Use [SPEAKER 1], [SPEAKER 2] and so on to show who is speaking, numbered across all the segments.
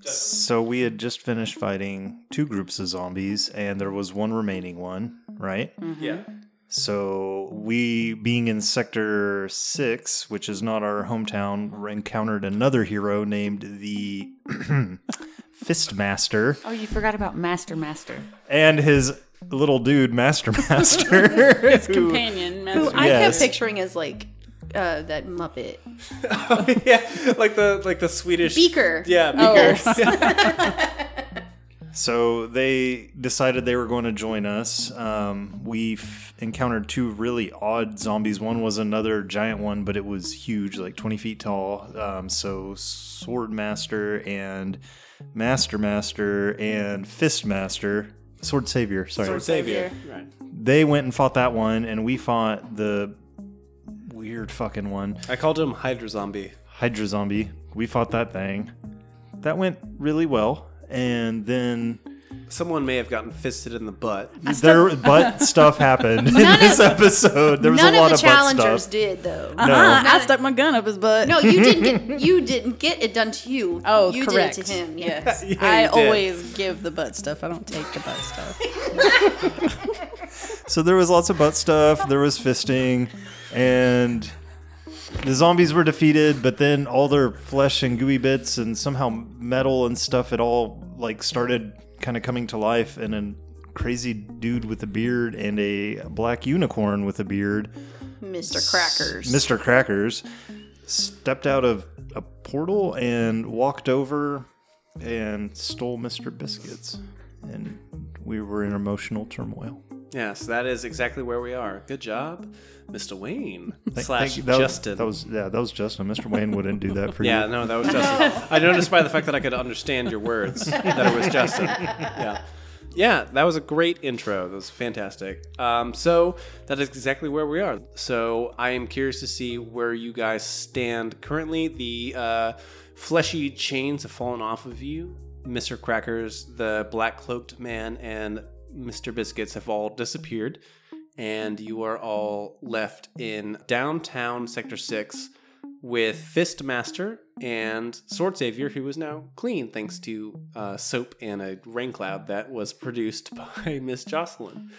[SPEAKER 1] So we had just finished fighting two groups of zombies, and there was one remaining one, right?
[SPEAKER 2] Mm.
[SPEAKER 3] Yeah.
[SPEAKER 1] So we, being in Sector Six, which is not our hometown, encountered another hero named the Fistmaster
[SPEAKER 4] Oh, you forgot about Master Master.
[SPEAKER 1] and his little dude, Master Master. who-
[SPEAKER 4] Companion
[SPEAKER 5] Who
[SPEAKER 4] Master.
[SPEAKER 5] I
[SPEAKER 1] Yes.
[SPEAKER 5] kept picturing as like uh, that Muppet.
[SPEAKER 3] yeah, like the like the Swedish
[SPEAKER 5] Beaker.
[SPEAKER 3] Yeah,
[SPEAKER 5] Oh.
[SPEAKER 3] beaker.
[SPEAKER 1] So they decided they were going to join us. Um, we f- encountered two really odd zombies. One was another giant one, but it was huge, like 20 feet tall. Um, so Swordmaster and Master Master and Fistmaster, Sword Savior, sorry.
[SPEAKER 3] Sword Savior. Right.
[SPEAKER 1] they went and fought that one, and we fought the weird fucking one,
[SPEAKER 3] I called him Hydra Zombie.
[SPEAKER 1] Hydra Zombie. We fought that thing. That went really well. And then
[SPEAKER 3] Someone may have gotten fisted in the butt.
[SPEAKER 1] there butt stuff happened in this episode. There was
[SPEAKER 5] None
[SPEAKER 1] a
[SPEAKER 5] of
[SPEAKER 1] lot
[SPEAKER 5] the
[SPEAKER 1] of, butt
[SPEAKER 5] challengers
[SPEAKER 1] stuff.
[SPEAKER 5] did though.
[SPEAKER 1] No,
[SPEAKER 4] Uh, I stuck my gun up his butt.
[SPEAKER 5] No, you didn't get you didn't get it done to you.
[SPEAKER 4] Oh,
[SPEAKER 5] you
[SPEAKER 4] correct.
[SPEAKER 5] did it to him. Yeah.
[SPEAKER 4] Yes,
[SPEAKER 3] Yeah,
[SPEAKER 4] I
[SPEAKER 3] you did.
[SPEAKER 4] always give the butt stuff. I don't take the butt stuff.
[SPEAKER 1] so there was lots of butt stuff. There was fisting, and the zombies were defeated. But then all their flesh and gooey bits and somehow metal and stuff, it all like started kind of coming to life. And a crazy dude with a beard and a black unicorn with a beard,
[SPEAKER 5] Mr. Crackers.
[SPEAKER 1] Mr. Crackers, stepped out of a portal and walked over and stole Mr. Biscuits. And we were in emotional turmoil.
[SPEAKER 3] Yes, that is exactly where we are. Good job, Mr. Wayne
[SPEAKER 1] Thank-
[SPEAKER 3] slash
[SPEAKER 1] thank- that was-
[SPEAKER 3] Justin.
[SPEAKER 1] that was yeah, that was Justin. Mr. Wayne wouldn't do that for
[SPEAKER 3] yeah,
[SPEAKER 1] you.
[SPEAKER 3] no, that was Justin. I noticed by the fact that I could understand your words that it was Justin. Yeah. Yeah, that was a great intro. That was fantastic. Um, so that is exactly where we are. So I am curious to see where you guys stand currently. The uh, fleshy chains have fallen off of you. Mr. Crackers, the black cloaked man, and Mr. Biscuits have all disappeared, and you are all left in downtown Sector Six with Fistmaster and Sword Savior, who is now clean thanks to uh, soap and a rain cloud that was produced by Miss Jocelyn.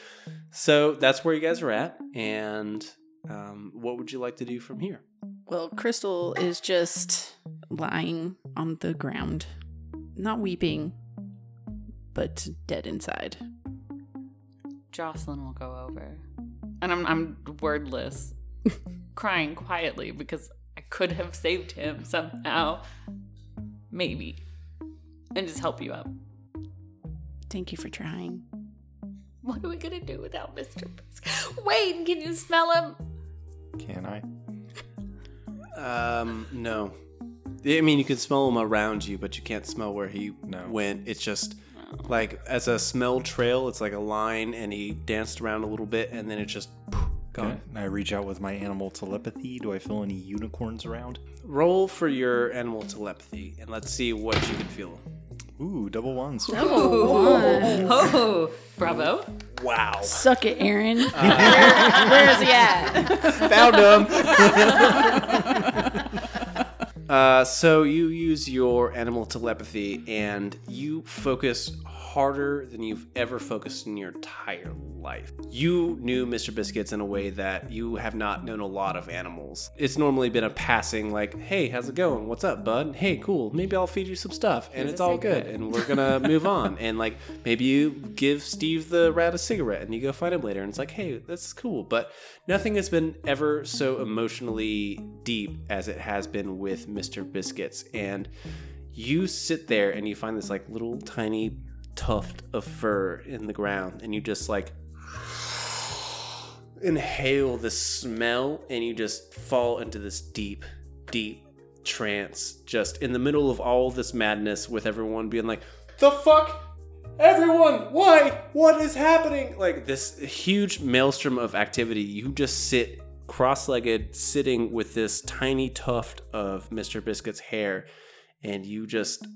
[SPEAKER 3] So that's where you guys are at, and um, what would you like to do from here?
[SPEAKER 4] Well, Crystal is just lying on the ground, not weeping, but dead inside.
[SPEAKER 6] Jocelyn will go over. And I'm, I'm wordless, crying quietly because I could have saved him somehow. Maybe. And just help you up.
[SPEAKER 4] Thank you for trying.
[SPEAKER 6] What are we gonna do without Mr. Biscuit? Wait, can you smell him?
[SPEAKER 1] Can I?
[SPEAKER 3] Um, no. I mean, you can smell him around you, but you can't smell where he
[SPEAKER 1] No.
[SPEAKER 3] went. It's just like as a smell trail, it's like a line, and he danced around a little bit, and then it just poof, gone.
[SPEAKER 1] Can I reach out with my animal telepathy? Do I feel any unicorns around?
[SPEAKER 3] Roll for your animal telepathy, and let's see what you can feel.
[SPEAKER 1] Ooh, double ones.
[SPEAKER 6] Oh, bravo.
[SPEAKER 3] Wow.
[SPEAKER 4] Suck it, Aaron.
[SPEAKER 5] Where is he at?
[SPEAKER 3] Found him. uh, so you use your animal telepathy and you focus harder than you've ever focused in your entire life. You knew Mr. Biscuits in a way that you have not known a lot of animals. It's normally been a passing, like, hey, how's it going? What's up, bud? Hey, cool. Maybe I'll feed you some stuff and it's all good and we're gonna move on. And like, maybe you give Steve the rat a cigarette and you go find him later and it's like, hey, that's cool. But nothing has been ever so emotionally deep as it has been with Mr. Biscuits. And you sit there and you find this like little tiny tuft of fur in the ground and you just like inhale the smell and you just fall into this deep, deep trance just in the middle of all this madness with everyone being like, the fuck? Everyone, why? What is happening? Like this huge maelstrom of activity. You just sit cross legged, sitting with this tiny tuft of Mr. Biscuit's hair, and you just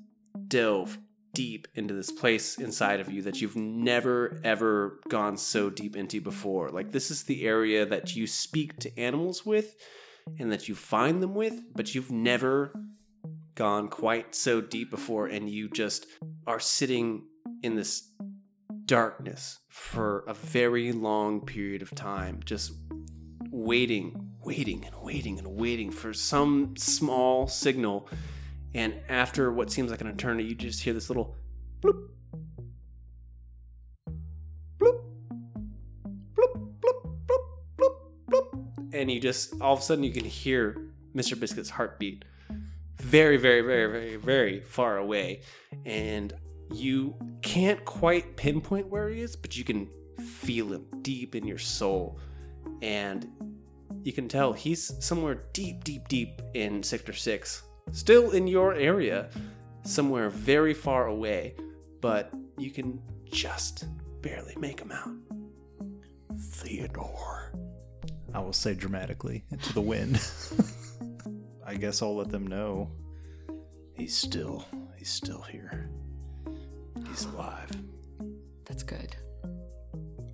[SPEAKER 3] delve deep into this place inside of you that you've never ever gone so deep into before. Like this is the area that you speak to animals with and that you find them with, but you've never gone quite so deep before, and you just are sitting in this darkness for a very long period of time, just waiting, waiting, and waiting, and waiting for some small signal. And after what seems like an eternity, you just hear this little bloop, bloop, bloop, bloop, bloop, bloop, bloop. And you just, all of a sudden, you can hear Mr. Biscuit's heartbeat very, very, very, very, very far away. And you can't quite pinpoint where he is, but you can feel him deep in your soul. And you can tell he's somewhere deep, deep, deep in Sector 6. Still in your area, somewhere very far away, but you can just barely make him out. Theodore.
[SPEAKER 1] I will say dramatically to the wind. I guess I'll let them know. He's still, he's still here. He's alive
[SPEAKER 6] That's good.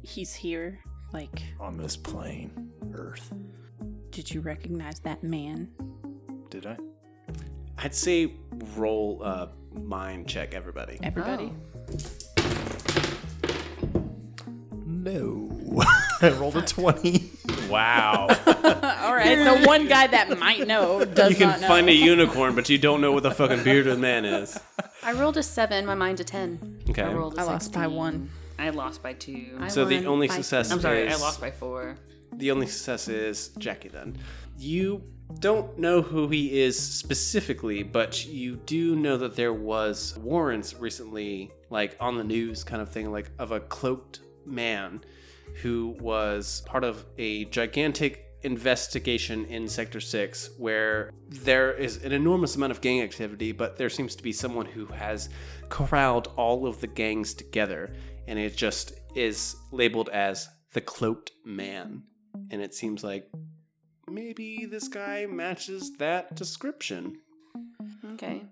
[SPEAKER 4] He's here. Like,
[SPEAKER 1] on this plane, Earth.
[SPEAKER 4] did you recognize that man?
[SPEAKER 1] Did I?
[SPEAKER 3] I'd say roll a mind check, everybody.
[SPEAKER 4] Everybody?
[SPEAKER 5] Oh.
[SPEAKER 1] No. I rolled a 20.
[SPEAKER 3] Wow.
[SPEAKER 4] All right. The one guy that might know does
[SPEAKER 3] you can
[SPEAKER 4] not know.
[SPEAKER 3] find a unicorn, but you don't know what the fucking bearded man is.
[SPEAKER 5] I rolled a seven. My mind's a ten.
[SPEAKER 3] Okay.
[SPEAKER 6] I rolled. a
[SPEAKER 4] I lost by
[SPEAKER 6] 16.
[SPEAKER 4] one.
[SPEAKER 6] I lost by two.
[SPEAKER 5] I
[SPEAKER 3] So the
[SPEAKER 5] won
[SPEAKER 3] only
[SPEAKER 5] by-
[SPEAKER 3] success.
[SPEAKER 6] I'm sorry. I
[SPEAKER 3] is-
[SPEAKER 6] lost by four.
[SPEAKER 3] The only success is Jackie. Then you don't know who he is specifically, but you do know that there was warrants recently, like on the news, kind of thing, like of a cloaked man who was part of a gigantic investigation in Sector 6 where there is an enormous amount of gang activity, but there seems to be someone who has corralled all of the gangs together and it just is labeled as the cloaked man. And it seems like maybe this guy matches that description.
[SPEAKER 5] Okay.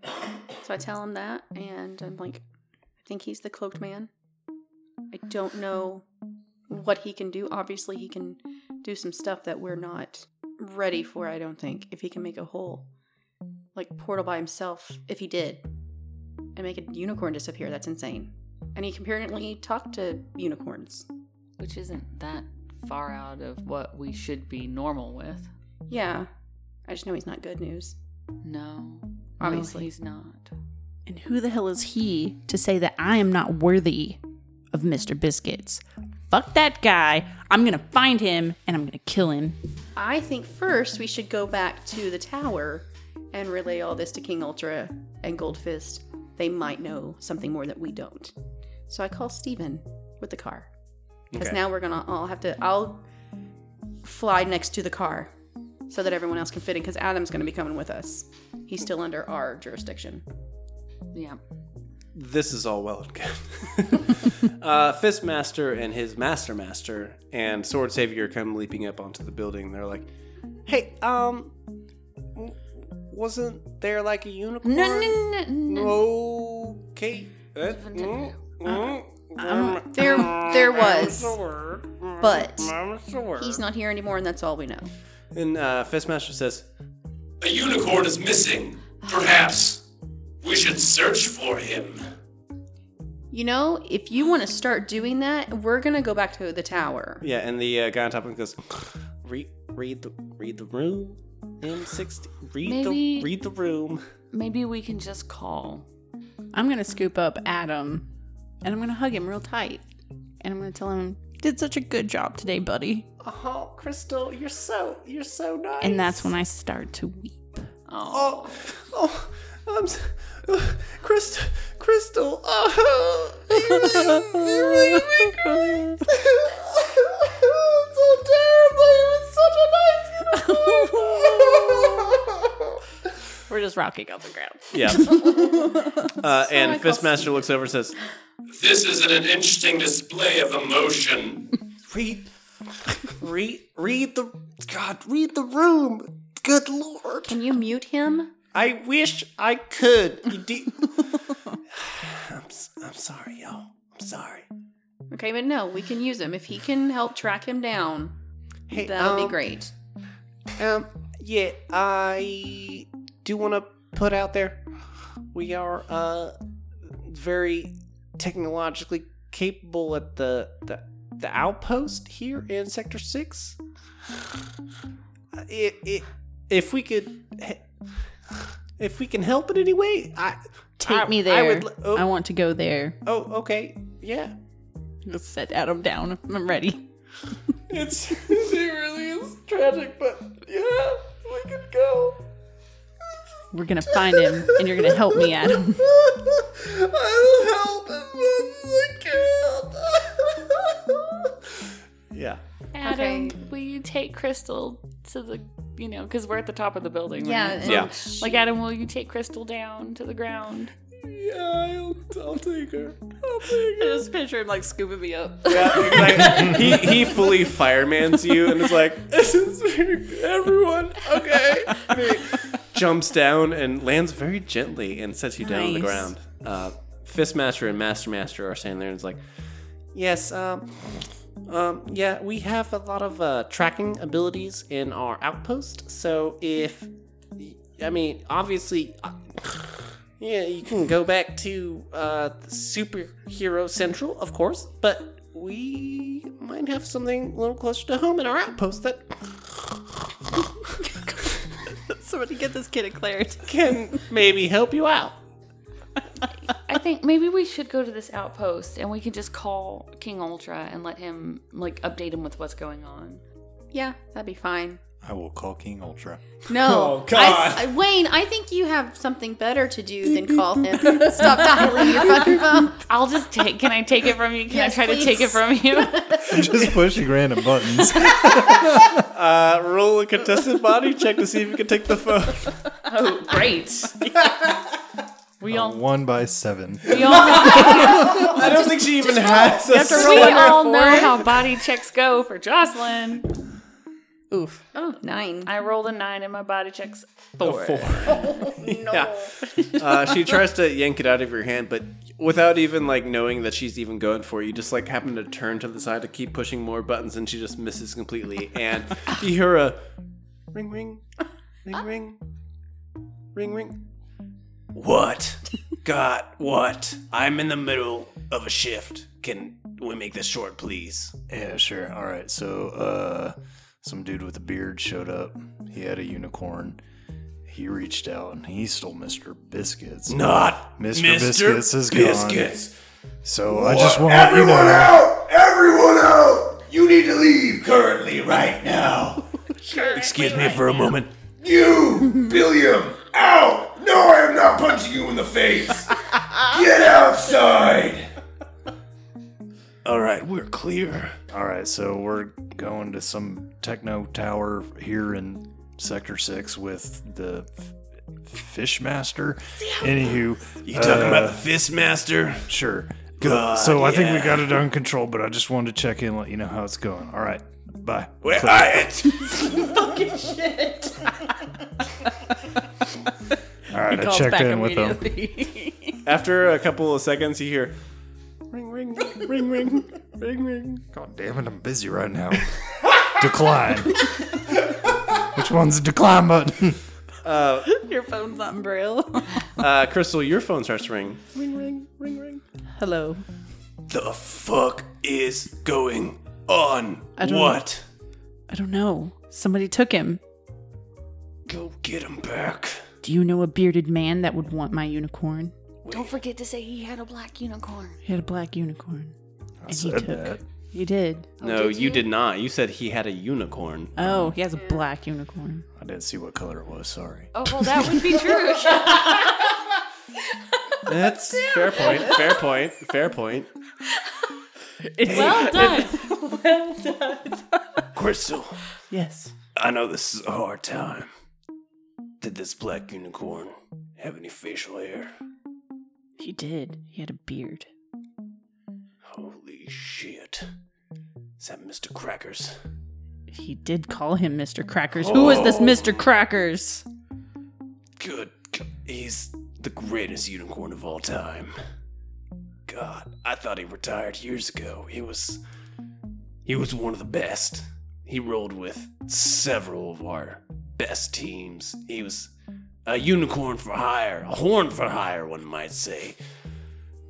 [SPEAKER 5] So I tell him that, and I'm like, I think he's the cloaked man. I don't know what he can do. Obviously, he can do some stuff that we're not ready for, I don't think. If he can make a whole, like, portal by himself, if he did, and make a unicorn disappear, that's insane. And he can apparently talk to unicorns.
[SPEAKER 6] which isn't that far out of what we should be normal with.
[SPEAKER 5] Yeah. I just know he's not good news.
[SPEAKER 6] No,
[SPEAKER 5] Obviously.
[SPEAKER 6] no, he's not.
[SPEAKER 4] And who the hell is he to say that I am not worthy of Mr. Biscuits? Fuck that guy. I'm going to find him and I'm going to kill him.
[SPEAKER 5] I think first we should go back to the tower and relay all this to King Ultra and Goldfist. They might know something more that we don't. So I call Steven with the car. Because
[SPEAKER 3] Okay.
[SPEAKER 5] now we're gonna all have to I'll fly next to the car so that everyone else can fit in because Adam's gonna be coming with us. He's still under our jurisdiction.
[SPEAKER 6] Yeah,
[SPEAKER 3] This is all well and good. uh, Fistmaster and his Master Master and Sword Savior come leaping up onto the building. They're like, hey, um, w- wasn't there like a unicorn?
[SPEAKER 6] no,
[SPEAKER 3] Okay. Uh, mm,
[SPEAKER 6] Uh-huh.
[SPEAKER 3] mm,
[SPEAKER 6] Um,
[SPEAKER 3] mm,
[SPEAKER 5] There there was.
[SPEAKER 3] sure, mm,
[SPEAKER 5] But
[SPEAKER 3] I'm sure.
[SPEAKER 5] he's not here anymore and that's all we know.
[SPEAKER 3] And uh, Fistmaster says,
[SPEAKER 7] A unicorn is missing. Perhaps we should search for him.
[SPEAKER 5] You know, if you wanna start doing that, we're gonna go back to the tower.
[SPEAKER 3] Yeah, and the uh, guy on top of him goes, read, read the, read the room. M sixty. Read the,
[SPEAKER 6] Maybe-
[SPEAKER 3] read the room.
[SPEAKER 6] maybe we can just call.
[SPEAKER 4] I'm going to scoop up Adam and I'm going to hug him real tight. And I'm going to tell him, did such a good job today, buddy.
[SPEAKER 3] Oh, Crystal, you're so, you're so nice.
[SPEAKER 4] And that's when I start to weep.
[SPEAKER 6] Oh,
[SPEAKER 3] Oh, oh, I'm, s- uh, Crystal, Crystal. Oh, you make- you make me cry. It's so terrible. You were such a nice unicorn.
[SPEAKER 4] We're just rocking on the ground.
[SPEAKER 3] Yeah. Uh, and Fistmaster looks over and says,
[SPEAKER 7] This isn't an interesting display of emotion.
[SPEAKER 3] read read read the god read the room good lord
[SPEAKER 5] Can you mute him?
[SPEAKER 3] i wish i could You de- I'm, s- I'm sorry y'all i'm sorry
[SPEAKER 5] Okay, but no, we can use him. If he can help track him down,
[SPEAKER 3] hey
[SPEAKER 2] Um,
[SPEAKER 5] that'll
[SPEAKER 3] um,
[SPEAKER 5] be great.
[SPEAKER 3] um yeah i do want to
[SPEAKER 2] put out there. We are uh, very technologically capable at the, the the outpost here in Sector Six. It, it, if we could, if we can help in any way, I
[SPEAKER 4] Take
[SPEAKER 2] I-
[SPEAKER 4] me there. I,
[SPEAKER 2] I would. li- Oh,
[SPEAKER 4] want to go there.
[SPEAKER 2] oh, okay, yeah.
[SPEAKER 4] Let's set Adam down. I'm ready.
[SPEAKER 2] It's it really is tragic, but yeah, we could go.
[SPEAKER 4] We're gonna find him, and you're gonna help me, Adam.
[SPEAKER 2] I'll help as yeah.
[SPEAKER 6] Adam,
[SPEAKER 5] Okay.
[SPEAKER 6] will you take Crystal to the, you know, because we're at the top of the building.
[SPEAKER 5] Yeah.
[SPEAKER 6] Right?
[SPEAKER 5] and
[SPEAKER 2] Yeah.
[SPEAKER 5] sh-
[SPEAKER 6] Like, Adam, will you take Crystal down to the ground?
[SPEAKER 2] Yeah, I'll, I'll take her. I'll take
[SPEAKER 6] I just picture him like scooping me up.
[SPEAKER 2] Yeah, exactly. he, he fully firemans you and is like, this is very- everyone, okay. And he jumps down and lands very gently and sets you down on the
[SPEAKER 4] Nice.
[SPEAKER 2] ground. Uh, Fistmaster and Master Master are standing there and is like, yes, um, um, yeah, we have a lot of uh, tracking abilities in our outpost. So if, I mean, obviously, uh, yeah, you can go back to uh, Superhero Central, of course, but we might have something a little closer to home in our outpost that
[SPEAKER 4] Somebody get this kid a claret.
[SPEAKER 2] can maybe help you out.
[SPEAKER 6] I think maybe we should go to this outpost and we can just call King Ultra and let him, like, update him with what's going on.
[SPEAKER 5] yeah, that'd be fine.
[SPEAKER 8] I will call King Ultra.
[SPEAKER 5] No,
[SPEAKER 2] Oh, God.
[SPEAKER 5] I- I- Wayne, I think you have something better to do than call him. Stop dialing your fucking phone.
[SPEAKER 6] I'll just take, can I take it from you? Can
[SPEAKER 5] Yes,
[SPEAKER 6] I try to take it
[SPEAKER 5] please.
[SPEAKER 6] from you?
[SPEAKER 8] I'm just pushing random buttons.
[SPEAKER 2] Uh, roll a contested body check to see if you can take the phone.
[SPEAKER 6] oh, great. we
[SPEAKER 1] Oh.
[SPEAKER 6] all,
[SPEAKER 8] One by seven.
[SPEAKER 6] we all,
[SPEAKER 2] I don't think she even has a
[SPEAKER 6] we all know how body checks go for Jocelyn.
[SPEAKER 4] Oof.
[SPEAKER 5] Oh, nine.
[SPEAKER 6] I rolled a nine and my body checks four.
[SPEAKER 2] Yeah. Uh, she tries to yank it out of your hand, but without even like knowing that she's even going for it, you just like happen to turn to the side to keep pushing more buttons, and she just misses completely. And you hear a ring, ring, ring, ring, ring, ring. What? God, what? I'm in the middle of a shift. Can we make this short, please?
[SPEAKER 8] Yeah, sure. All right. So, uh, some dude with a beard showed up. He had a unicorn. He reached out and he stole Mr. Biscuits.
[SPEAKER 2] Not
[SPEAKER 8] Mr. Biscuits is gone.
[SPEAKER 2] Biscuits.
[SPEAKER 8] So I just want to let you know.
[SPEAKER 7] out! Everyone out! You need to leave currently right now.
[SPEAKER 2] Excuse me for a moment.
[SPEAKER 7] You, Billiam, out! No, I am not punching you in the face. Get outside.
[SPEAKER 2] All right, we're clear.
[SPEAKER 8] All right. So we're going to some techno tower here in Sector Six with the f- Fishmaster. Anywho,
[SPEAKER 2] You talking about the Fistmaster?
[SPEAKER 8] sure.
[SPEAKER 2] God,
[SPEAKER 8] so I think we
[SPEAKER 2] yeah.
[SPEAKER 8] got it under control, but I just wanted to check in, and let you know how it's going. All right. Bye.
[SPEAKER 7] Well, I,
[SPEAKER 8] All right. I checked in with them.
[SPEAKER 2] After a couple of seconds, you hear ring, ring, ring, ring, ring, ring.
[SPEAKER 8] God damn it, I'm busy right now. decline. Which one's the decline button?
[SPEAKER 4] Your phone's on braille.
[SPEAKER 2] Uh, Crystal, your phone starts to ring. Ring, ring, ring, ring.
[SPEAKER 4] Hello.
[SPEAKER 2] The fuck is going on?
[SPEAKER 4] I don't-
[SPEAKER 2] what?
[SPEAKER 4] I don't know. Somebody took him.
[SPEAKER 2] Go get him back.
[SPEAKER 4] Do you know a bearded man that would want my unicorn?
[SPEAKER 6] Don't forget to say he had a black unicorn.
[SPEAKER 4] He had a black unicorn. and he
[SPEAKER 8] said
[SPEAKER 4] took.
[SPEAKER 8] that.
[SPEAKER 4] You did.
[SPEAKER 2] No, you? Oh, did not. You said he had a unicorn.
[SPEAKER 4] Oh, he has a black unicorn.
[SPEAKER 8] I didn't see what color it was, sorry.
[SPEAKER 6] Oh, well, that would be true.
[SPEAKER 2] That's fair point. Fair point. Fair point.
[SPEAKER 6] well done.
[SPEAKER 2] Crystal,
[SPEAKER 4] Yes.
[SPEAKER 2] I know this is a hard time. Did this black unicorn have any facial hair?
[SPEAKER 4] He did. He had a beard.
[SPEAKER 2] Holy shit. Is that Mr. Crackers?
[SPEAKER 4] He did call him Mr. Crackers. Who is
[SPEAKER 8] Oh.
[SPEAKER 4] this Mr. Crackers?
[SPEAKER 2] Good. g- He's the greatest unicorn of all time. God, I thought he retired years ago. He was. He was one of the best. He rolled with several of our best teams. He was
[SPEAKER 3] A unicorn for hire, a horn for hire, one might say.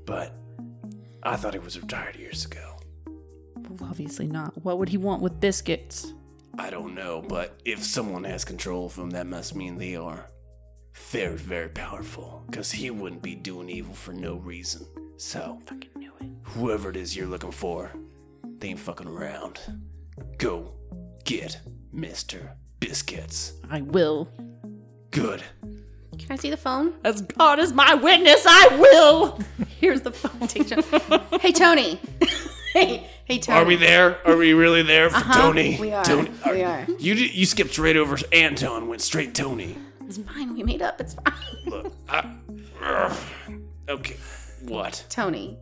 [SPEAKER 3] But I thought he was retired years ago.
[SPEAKER 4] Well, obviously not. What would he want with biscuits?
[SPEAKER 3] I don't know, but if someone has control of him, that must mean they are very, very powerful. Because he wouldn't be doing evil for no reason. So, whoever it is you're looking for, they ain't fucking around. Go get Mr. Biscuits.
[SPEAKER 4] I will.
[SPEAKER 3] Good.
[SPEAKER 5] Can I see the phone?
[SPEAKER 4] As God is my witness, I will. Here's the phone.
[SPEAKER 5] hey, Tony. hey, hey, Tony.
[SPEAKER 3] Are we there? Are we really there for Tony?
[SPEAKER 5] Uh-huh. We are.
[SPEAKER 3] Tony,
[SPEAKER 5] we are.
[SPEAKER 3] You di- you skipped right over Anton, went straight Tony.
[SPEAKER 5] It's fine. We made up. It's fine.
[SPEAKER 3] Look, I, Ugh. okay, what?
[SPEAKER 5] Tony.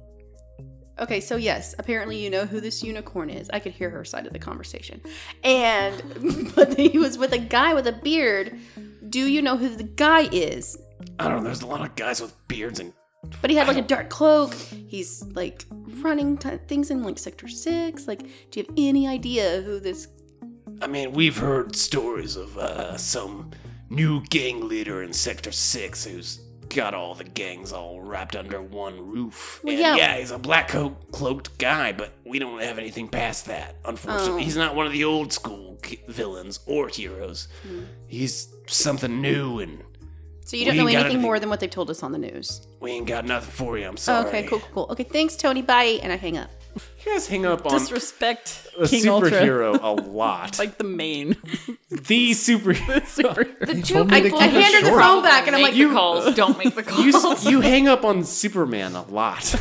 [SPEAKER 5] Okay, so yes, apparently you know who this unicorn is. I could hear her side of the conversation. And, but he was with a guy with a beard. Do you know who the guy is?
[SPEAKER 3] I don't know. There's a lot of guys with beards and
[SPEAKER 5] But he had like a dark cloak. He's like running t- things in like Sector 6. Like, do you have any idea who this
[SPEAKER 3] I mean, we've heard stories of uh, some new gang leader in Sector 6 who's got all the gangs all wrapped under one roof.
[SPEAKER 5] Well,
[SPEAKER 3] And
[SPEAKER 5] yeah.
[SPEAKER 3] he's a black coat cloaked guy, but we don't have anything past that, unfortunately.
[SPEAKER 5] Oh.
[SPEAKER 3] He's not one of the old school k- villains or heroes.
[SPEAKER 5] Hmm.
[SPEAKER 3] He's something new, and
[SPEAKER 5] So you don't
[SPEAKER 3] We
[SPEAKER 5] know
[SPEAKER 3] ain't
[SPEAKER 5] anything
[SPEAKER 3] got anything.
[SPEAKER 5] more than what they've told us on the news.
[SPEAKER 3] we ain't got nothing for you. I'm sorry.
[SPEAKER 5] Okay, cool, cool, cool. Okay, thanks, Tony. Bye. And I hang up.
[SPEAKER 3] You guys hang up on
[SPEAKER 6] Disrespect King Ultra.
[SPEAKER 3] a lot.
[SPEAKER 6] Like the main.
[SPEAKER 3] the superhero.
[SPEAKER 6] The
[SPEAKER 4] Super.
[SPEAKER 6] two
[SPEAKER 1] told me to
[SPEAKER 6] people
[SPEAKER 1] keep
[SPEAKER 6] who
[SPEAKER 1] it short.
[SPEAKER 6] probably
[SPEAKER 5] phone back and I'm
[SPEAKER 6] make
[SPEAKER 5] like,
[SPEAKER 6] the
[SPEAKER 5] you-
[SPEAKER 6] calls don't make the calls.
[SPEAKER 3] you hang up on Superman a lot.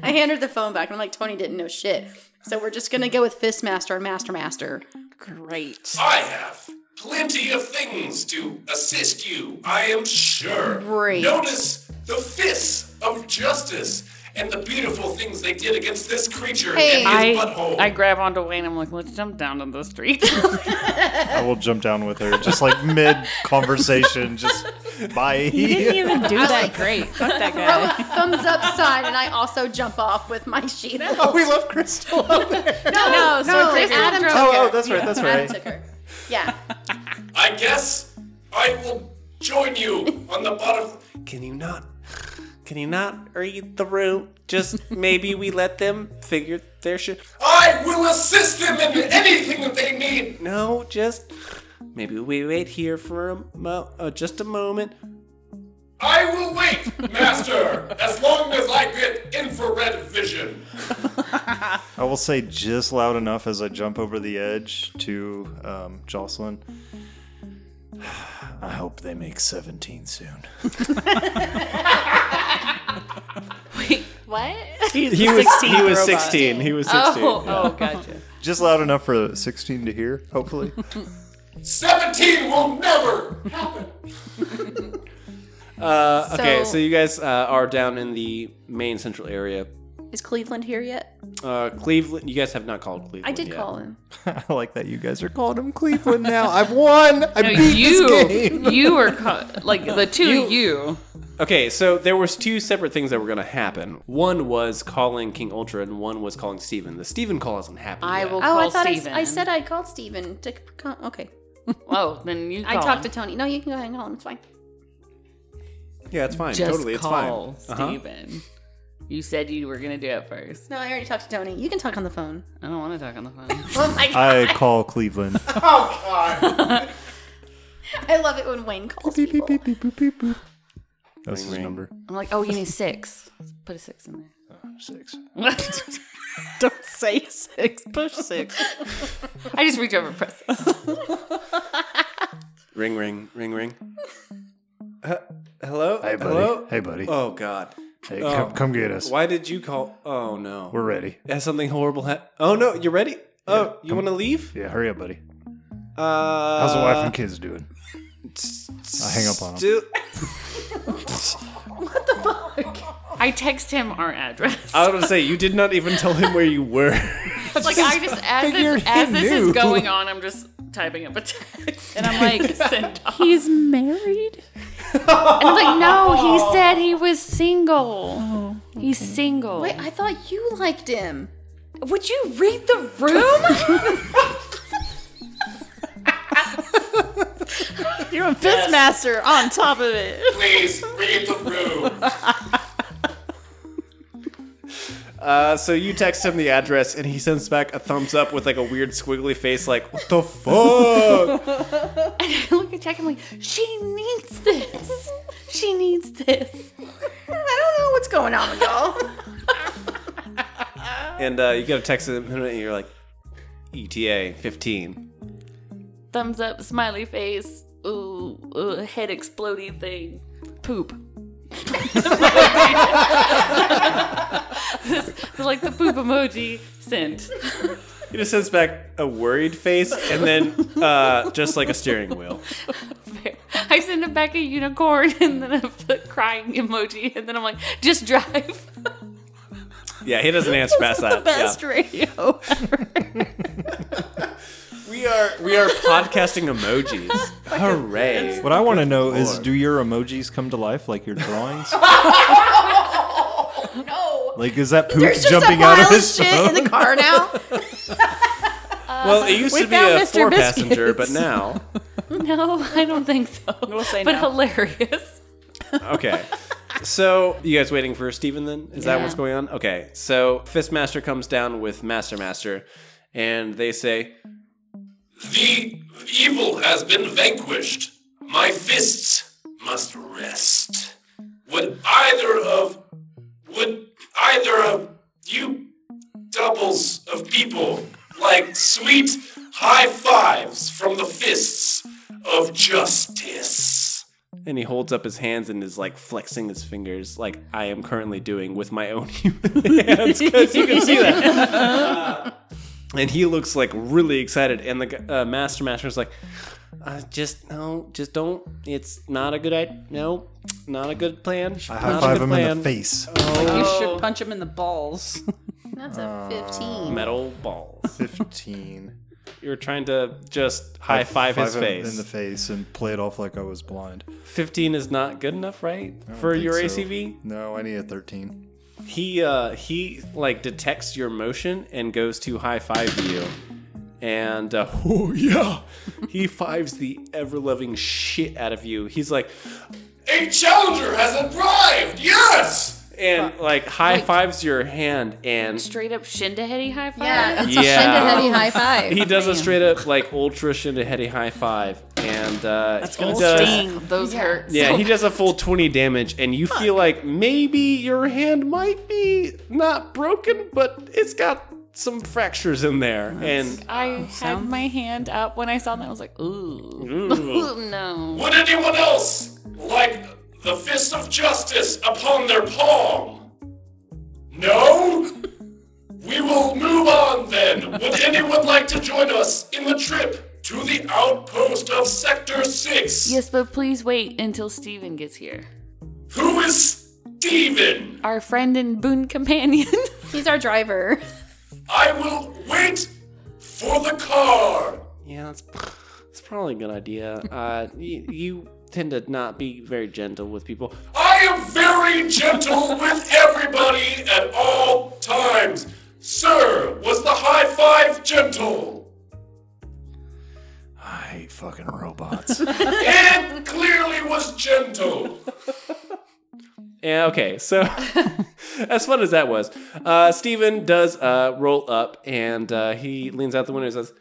[SPEAKER 5] I hand her the phone back, and I'm like, Tony didn't know shit. So we're just gonna go with Fistmaster and Master Master.
[SPEAKER 6] Great.
[SPEAKER 7] I have plenty of things to assist you, I am sure.
[SPEAKER 5] Great.
[SPEAKER 7] Notice the fists of justice and the beautiful things they did against this creature
[SPEAKER 5] Hey.
[SPEAKER 7] and his
[SPEAKER 6] I,
[SPEAKER 7] butthole.
[SPEAKER 6] I grab onto Wayne. I'm like, let's jump down to the street.
[SPEAKER 1] I will jump down with her, just like mid conversation, just bye.
[SPEAKER 4] Didn't even do that great.
[SPEAKER 6] Fuck that
[SPEAKER 5] Throw
[SPEAKER 6] guy.
[SPEAKER 5] a thumbs up sign, and I also jump off with my shield.
[SPEAKER 1] Oh, we love Crystal. Oh,
[SPEAKER 5] no, no,
[SPEAKER 6] so it's like an
[SPEAKER 5] Adam took
[SPEAKER 6] intro.
[SPEAKER 5] her.
[SPEAKER 1] oh, that's right, that's
[SPEAKER 5] Adam
[SPEAKER 1] right.
[SPEAKER 5] took her. Yeah.
[SPEAKER 7] I guess I will join you on the bottom.
[SPEAKER 3] Can you not? Can you not read the room? Just maybe we let them figure their shit.
[SPEAKER 7] I will assist them in anything that they need.
[SPEAKER 3] No, just maybe we wait here for a mo- uh, just a moment.
[SPEAKER 7] I will wait, Master, as long as I get infrared vision.
[SPEAKER 1] I will say just loud enough as I jump over the edge to um, Jocelyn. I hope they make 17 soon.
[SPEAKER 6] What?
[SPEAKER 3] He was 16 he was 16. He was 16.
[SPEAKER 6] Oh, oh, gotcha.
[SPEAKER 1] Just loud enough for 16 to hear, hopefully.
[SPEAKER 7] 17 will never happen.
[SPEAKER 3] Uh, okay,
[SPEAKER 5] So-
[SPEAKER 3] so you guys uh, are down in the main central area.
[SPEAKER 5] Is Cleveland here yet?
[SPEAKER 1] Oh,
[SPEAKER 3] Uh, Cleveland. You guys have not called Cleveland.
[SPEAKER 5] I did
[SPEAKER 3] yet.
[SPEAKER 5] call him.
[SPEAKER 1] I like that you guys are calling him Cleveland now. I've won. I
[SPEAKER 6] No,
[SPEAKER 1] beat this game.
[SPEAKER 6] you, you were co- like the two you.
[SPEAKER 3] Okay, so there was two separate things that were gonna happen. One was calling King Ultra, and one was calling Steven. The Steven call hasn't happened.
[SPEAKER 6] I
[SPEAKER 3] yet.
[SPEAKER 6] will
[SPEAKER 5] Oh, I
[SPEAKER 6] call
[SPEAKER 5] thought I, s-
[SPEAKER 6] Steven.
[SPEAKER 5] I said I called Steven to con- okay.
[SPEAKER 6] Oh, then you.
[SPEAKER 5] I
[SPEAKER 6] call
[SPEAKER 5] talked to
[SPEAKER 6] him.
[SPEAKER 5] Tony. No, you can go ahead and call him. It's fine.
[SPEAKER 3] Yeah, it's fine.
[SPEAKER 6] Just
[SPEAKER 3] totally,
[SPEAKER 6] call
[SPEAKER 3] it's fine. Uh-huh.
[SPEAKER 6] Steven. You said you were gonna do it first.
[SPEAKER 5] No, I already talked to Tony. You can talk on the phone.
[SPEAKER 6] I don't want to talk on the phone.
[SPEAKER 5] Oh my god.
[SPEAKER 1] I call Cleveland.
[SPEAKER 5] I love it when Wayne calls people.
[SPEAKER 1] That's his
[SPEAKER 3] ring.
[SPEAKER 1] number.
[SPEAKER 6] I'm like, oh, you need six. Put a six in there.
[SPEAKER 1] Six.
[SPEAKER 6] What? Don't say six. Push six. I just reach over and press six.
[SPEAKER 3] Ring, ring, ring, ring. Uh, hello.
[SPEAKER 1] Hey, buddy.
[SPEAKER 3] Hello.
[SPEAKER 1] Hey, buddy.
[SPEAKER 3] Oh God.
[SPEAKER 1] Hey,
[SPEAKER 3] Oh.
[SPEAKER 1] come, come get us.
[SPEAKER 3] Why did you call? Oh no.
[SPEAKER 1] We're ready.
[SPEAKER 3] Has something horrible happened? Oh no. You ready?
[SPEAKER 1] Yeah,
[SPEAKER 3] Oh, you
[SPEAKER 1] come-
[SPEAKER 3] want to leave?
[SPEAKER 1] Yeah, hurry up, buddy.
[SPEAKER 3] Uh,
[SPEAKER 1] How's the wife and kids doing? I hang up on 'em.
[SPEAKER 3] Still,
[SPEAKER 6] I text him our address.
[SPEAKER 3] I was gonna say you did not even tell him where you were.
[SPEAKER 6] like I just as
[SPEAKER 1] figured
[SPEAKER 6] this,
[SPEAKER 1] he
[SPEAKER 6] as this
[SPEAKER 1] knew.
[SPEAKER 6] is going on, I'm just typing up a text, and I'm like, send off.
[SPEAKER 4] He's married.
[SPEAKER 6] And I'm like, no, he said he was single. Oh, He's single.
[SPEAKER 5] Wait, I thought you liked him.
[SPEAKER 6] would you read the room?
[SPEAKER 4] You're a fist master on top of it.
[SPEAKER 7] Please read the room.
[SPEAKER 3] Uh, so you text him the address, and he sends back a thumbs up with like a weird squiggly face, like "What the fuck?"
[SPEAKER 6] And I look at Jack. I'm like, she needs this. She needs this.
[SPEAKER 5] I don't know what's going on with y'all.
[SPEAKER 3] and uh, you get a text him, and you're like, "E "ETA 15."
[SPEAKER 6] Thumbs up, smiley face, ooh, ooh head exploding thing, poop. This- like the poop emoji sent.
[SPEAKER 3] He just sends back a worried face, and then uh, just like a steering wheel.
[SPEAKER 6] I send him back a unicorn and then a foot crying emoji, and then I'm like, just drive.
[SPEAKER 3] Yeah, he doesn't answer past that.
[SPEAKER 4] Best
[SPEAKER 3] Yeah.
[SPEAKER 4] radio.
[SPEAKER 3] We are we are podcasting emojis. Hooray!
[SPEAKER 1] What I want to know is do your emojis come to life like your drawings?
[SPEAKER 5] No.
[SPEAKER 1] like, is that poop
[SPEAKER 5] There's just
[SPEAKER 1] jumping
[SPEAKER 5] a
[SPEAKER 1] out
[SPEAKER 5] pile
[SPEAKER 1] of
[SPEAKER 5] of
[SPEAKER 1] his
[SPEAKER 5] shit
[SPEAKER 1] phone?
[SPEAKER 5] in the car now.
[SPEAKER 3] Well, it used
[SPEAKER 4] We
[SPEAKER 3] to be
[SPEAKER 4] found
[SPEAKER 3] a
[SPEAKER 4] Mr.
[SPEAKER 3] four passenger, but
[SPEAKER 4] Biscuits.
[SPEAKER 3] now
[SPEAKER 6] No, I don't think so.
[SPEAKER 5] We'll say
[SPEAKER 6] but
[SPEAKER 5] no.
[SPEAKER 6] hilarious.
[SPEAKER 3] okay. So you guys waiting for Steven then? Is that
[SPEAKER 6] Yeah.
[SPEAKER 3] what's going on? Okay. So Fistmaster comes down with Master Master, and they say,
[SPEAKER 7] The evil has been vanquished. My fists must rest. Would either of would either of you doubles of people like sweet high fives from the fists of justice?
[SPEAKER 3] and he holds up his hands and is like flexing his fingers, like I am currently doing with my own human hands, because you can see that. and he looks like really excited, and the g- uh, Master Master is like, uh, just no, just don't. It's not a good idea. No, not a good plan.
[SPEAKER 1] I
[SPEAKER 3] Not
[SPEAKER 1] high
[SPEAKER 3] a
[SPEAKER 1] five
[SPEAKER 3] good
[SPEAKER 1] him in the
[SPEAKER 3] plan.
[SPEAKER 1] face.
[SPEAKER 4] You should punch him in the balls.
[SPEAKER 5] That's a 15.
[SPEAKER 3] Metal balls.
[SPEAKER 1] 15.
[SPEAKER 3] You're trying to just high five his
[SPEAKER 1] him
[SPEAKER 3] face.
[SPEAKER 1] In the face and play it off like I was blind.
[SPEAKER 3] 15 is not good enough, right?
[SPEAKER 1] don't
[SPEAKER 3] For
[SPEAKER 1] think
[SPEAKER 3] your
[SPEAKER 1] so.
[SPEAKER 3] ACV?
[SPEAKER 1] No, I need a 13.
[SPEAKER 3] He uh he like detects your motion and goes to high five you. And uh, oh yeah, he fives the ever loving shit out of you. He's like
[SPEAKER 7] A challenger has arrived. Yes.
[SPEAKER 3] and like high fives your hand and
[SPEAKER 6] Straight up Shindaheady high five.
[SPEAKER 5] Yeah, it's
[SPEAKER 3] Yeah.
[SPEAKER 5] a shindaheady high five.
[SPEAKER 3] he does a straight up like ultra shinda heady high five and uh That's
[SPEAKER 4] gonna
[SPEAKER 6] Dang, those hurt.
[SPEAKER 3] Yeah,
[SPEAKER 6] so
[SPEAKER 3] he does a full 20 damage, and you feel like maybe your hand might be not broken, but it's got some fractures in there. and
[SPEAKER 6] I had my hand up when I saw that. I was like, ooh, no.
[SPEAKER 7] Would anyone else like the fist of justice upon their palm? No? We will move on then. Would anyone like to join us in the trip to the outpost of Sector 6?
[SPEAKER 6] Yes, but please wait until Steven gets here.
[SPEAKER 7] Who is Steven?
[SPEAKER 6] Our friend and boon companion.
[SPEAKER 5] He's our driver.
[SPEAKER 7] I will wait for the car.
[SPEAKER 3] yeah, that's, that's probably a good idea. Uh, you, you tend to not be very gentle with people.
[SPEAKER 7] I am very gentle with everybody at all times. Sir, was the high five gentle?
[SPEAKER 1] I hate fucking robots.
[SPEAKER 7] It clearly was gentle.
[SPEAKER 3] Yeah, okay, so as fun as that was, uh, Steven does uh, roll up and uh, he leans out the window and says,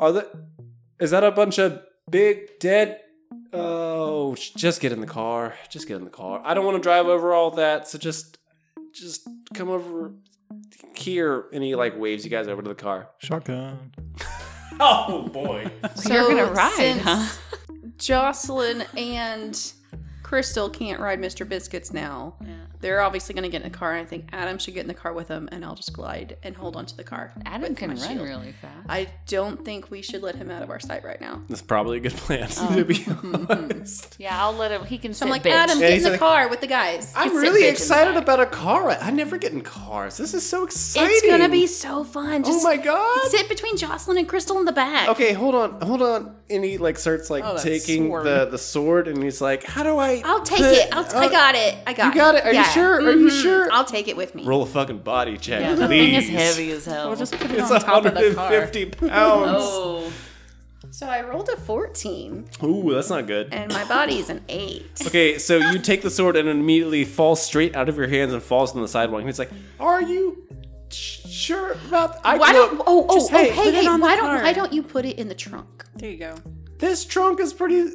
[SPEAKER 3] Are the, Is that a bunch of big dead? Oh, sh- just get in the car. Just get in the car. I don't want to drive over all that, so just just come over here. And he like waves you guys over to the car.
[SPEAKER 1] Shotgun.
[SPEAKER 3] Oh boy.
[SPEAKER 5] So
[SPEAKER 6] You're gonna ride,
[SPEAKER 5] since
[SPEAKER 6] huh?
[SPEAKER 5] Jocelyn and Crystal can't ride Mr. Biscuits now. They're obviously gonna get in the car, and I think Adam should get in the car with them, and I'll just glide and hold onto the car.
[SPEAKER 6] Adam
[SPEAKER 5] with
[SPEAKER 6] can
[SPEAKER 5] my
[SPEAKER 6] run
[SPEAKER 5] shield.
[SPEAKER 6] really fast.
[SPEAKER 5] I don't think we should let him out of our sight right now.
[SPEAKER 3] That's probably a good plan, to be honest.
[SPEAKER 6] Yeah, I'll let him. He can
[SPEAKER 5] So
[SPEAKER 6] sit
[SPEAKER 5] I'm like,
[SPEAKER 6] bitch.
[SPEAKER 5] Adam, get
[SPEAKER 3] he's
[SPEAKER 5] in the
[SPEAKER 3] like-
[SPEAKER 5] car with the guys.
[SPEAKER 3] I'm
[SPEAKER 6] sit bitch
[SPEAKER 3] really
[SPEAKER 6] in the
[SPEAKER 3] excited
[SPEAKER 6] back.
[SPEAKER 3] about a car ride. I never get in cars. This is so exciting.
[SPEAKER 5] It's gonna be so fun. Just
[SPEAKER 3] oh my god.
[SPEAKER 5] sit between Jocelyn and Crystal in the back.
[SPEAKER 3] Okay, hold on, hold on. And he like starts like
[SPEAKER 4] that
[SPEAKER 3] taking
[SPEAKER 4] sword.
[SPEAKER 3] the the sword, and he's like, "How do I?"
[SPEAKER 5] Oh, I'll take
[SPEAKER 3] put-
[SPEAKER 5] it. I'll t- I
[SPEAKER 3] uh,
[SPEAKER 5] got it. I got it.
[SPEAKER 3] You got it. Are you
[SPEAKER 5] Yeah. Mm-hmm.
[SPEAKER 3] sure? Are you sure?
[SPEAKER 5] I'll take it with me.
[SPEAKER 3] roll a fucking body check,
[SPEAKER 6] yeah,
[SPEAKER 3] please.
[SPEAKER 6] that thing is heavy as hell.
[SPEAKER 4] We'll just put it
[SPEAKER 3] It's
[SPEAKER 4] on top of the car.
[SPEAKER 3] 150 pounds.
[SPEAKER 6] oh,
[SPEAKER 5] So I rolled a 14,
[SPEAKER 3] Ooh, that's not good.
[SPEAKER 5] and my body's an 8.
[SPEAKER 3] Okay, so you take the sword and it immediately falls straight out of your hands and falls on the sidewalk. And he's like, "Are you sh- sure about? I
[SPEAKER 5] Why
[SPEAKER 3] look,
[SPEAKER 5] don't oh oh
[SPEAKER 3] just-
[SPEAKER 5] oh hey,
[SPEAKER 4] put it
[SPEAKER 5] hey,
[SPEAKER 4] on the
[SPEAKER 5] why don't
[SPEAKER 4] card.
[SPEAKER 5] why don't you put it in the trunk?
[SPEAKER 6] There you go.
[SPEAKER 3] this trunk is pretty.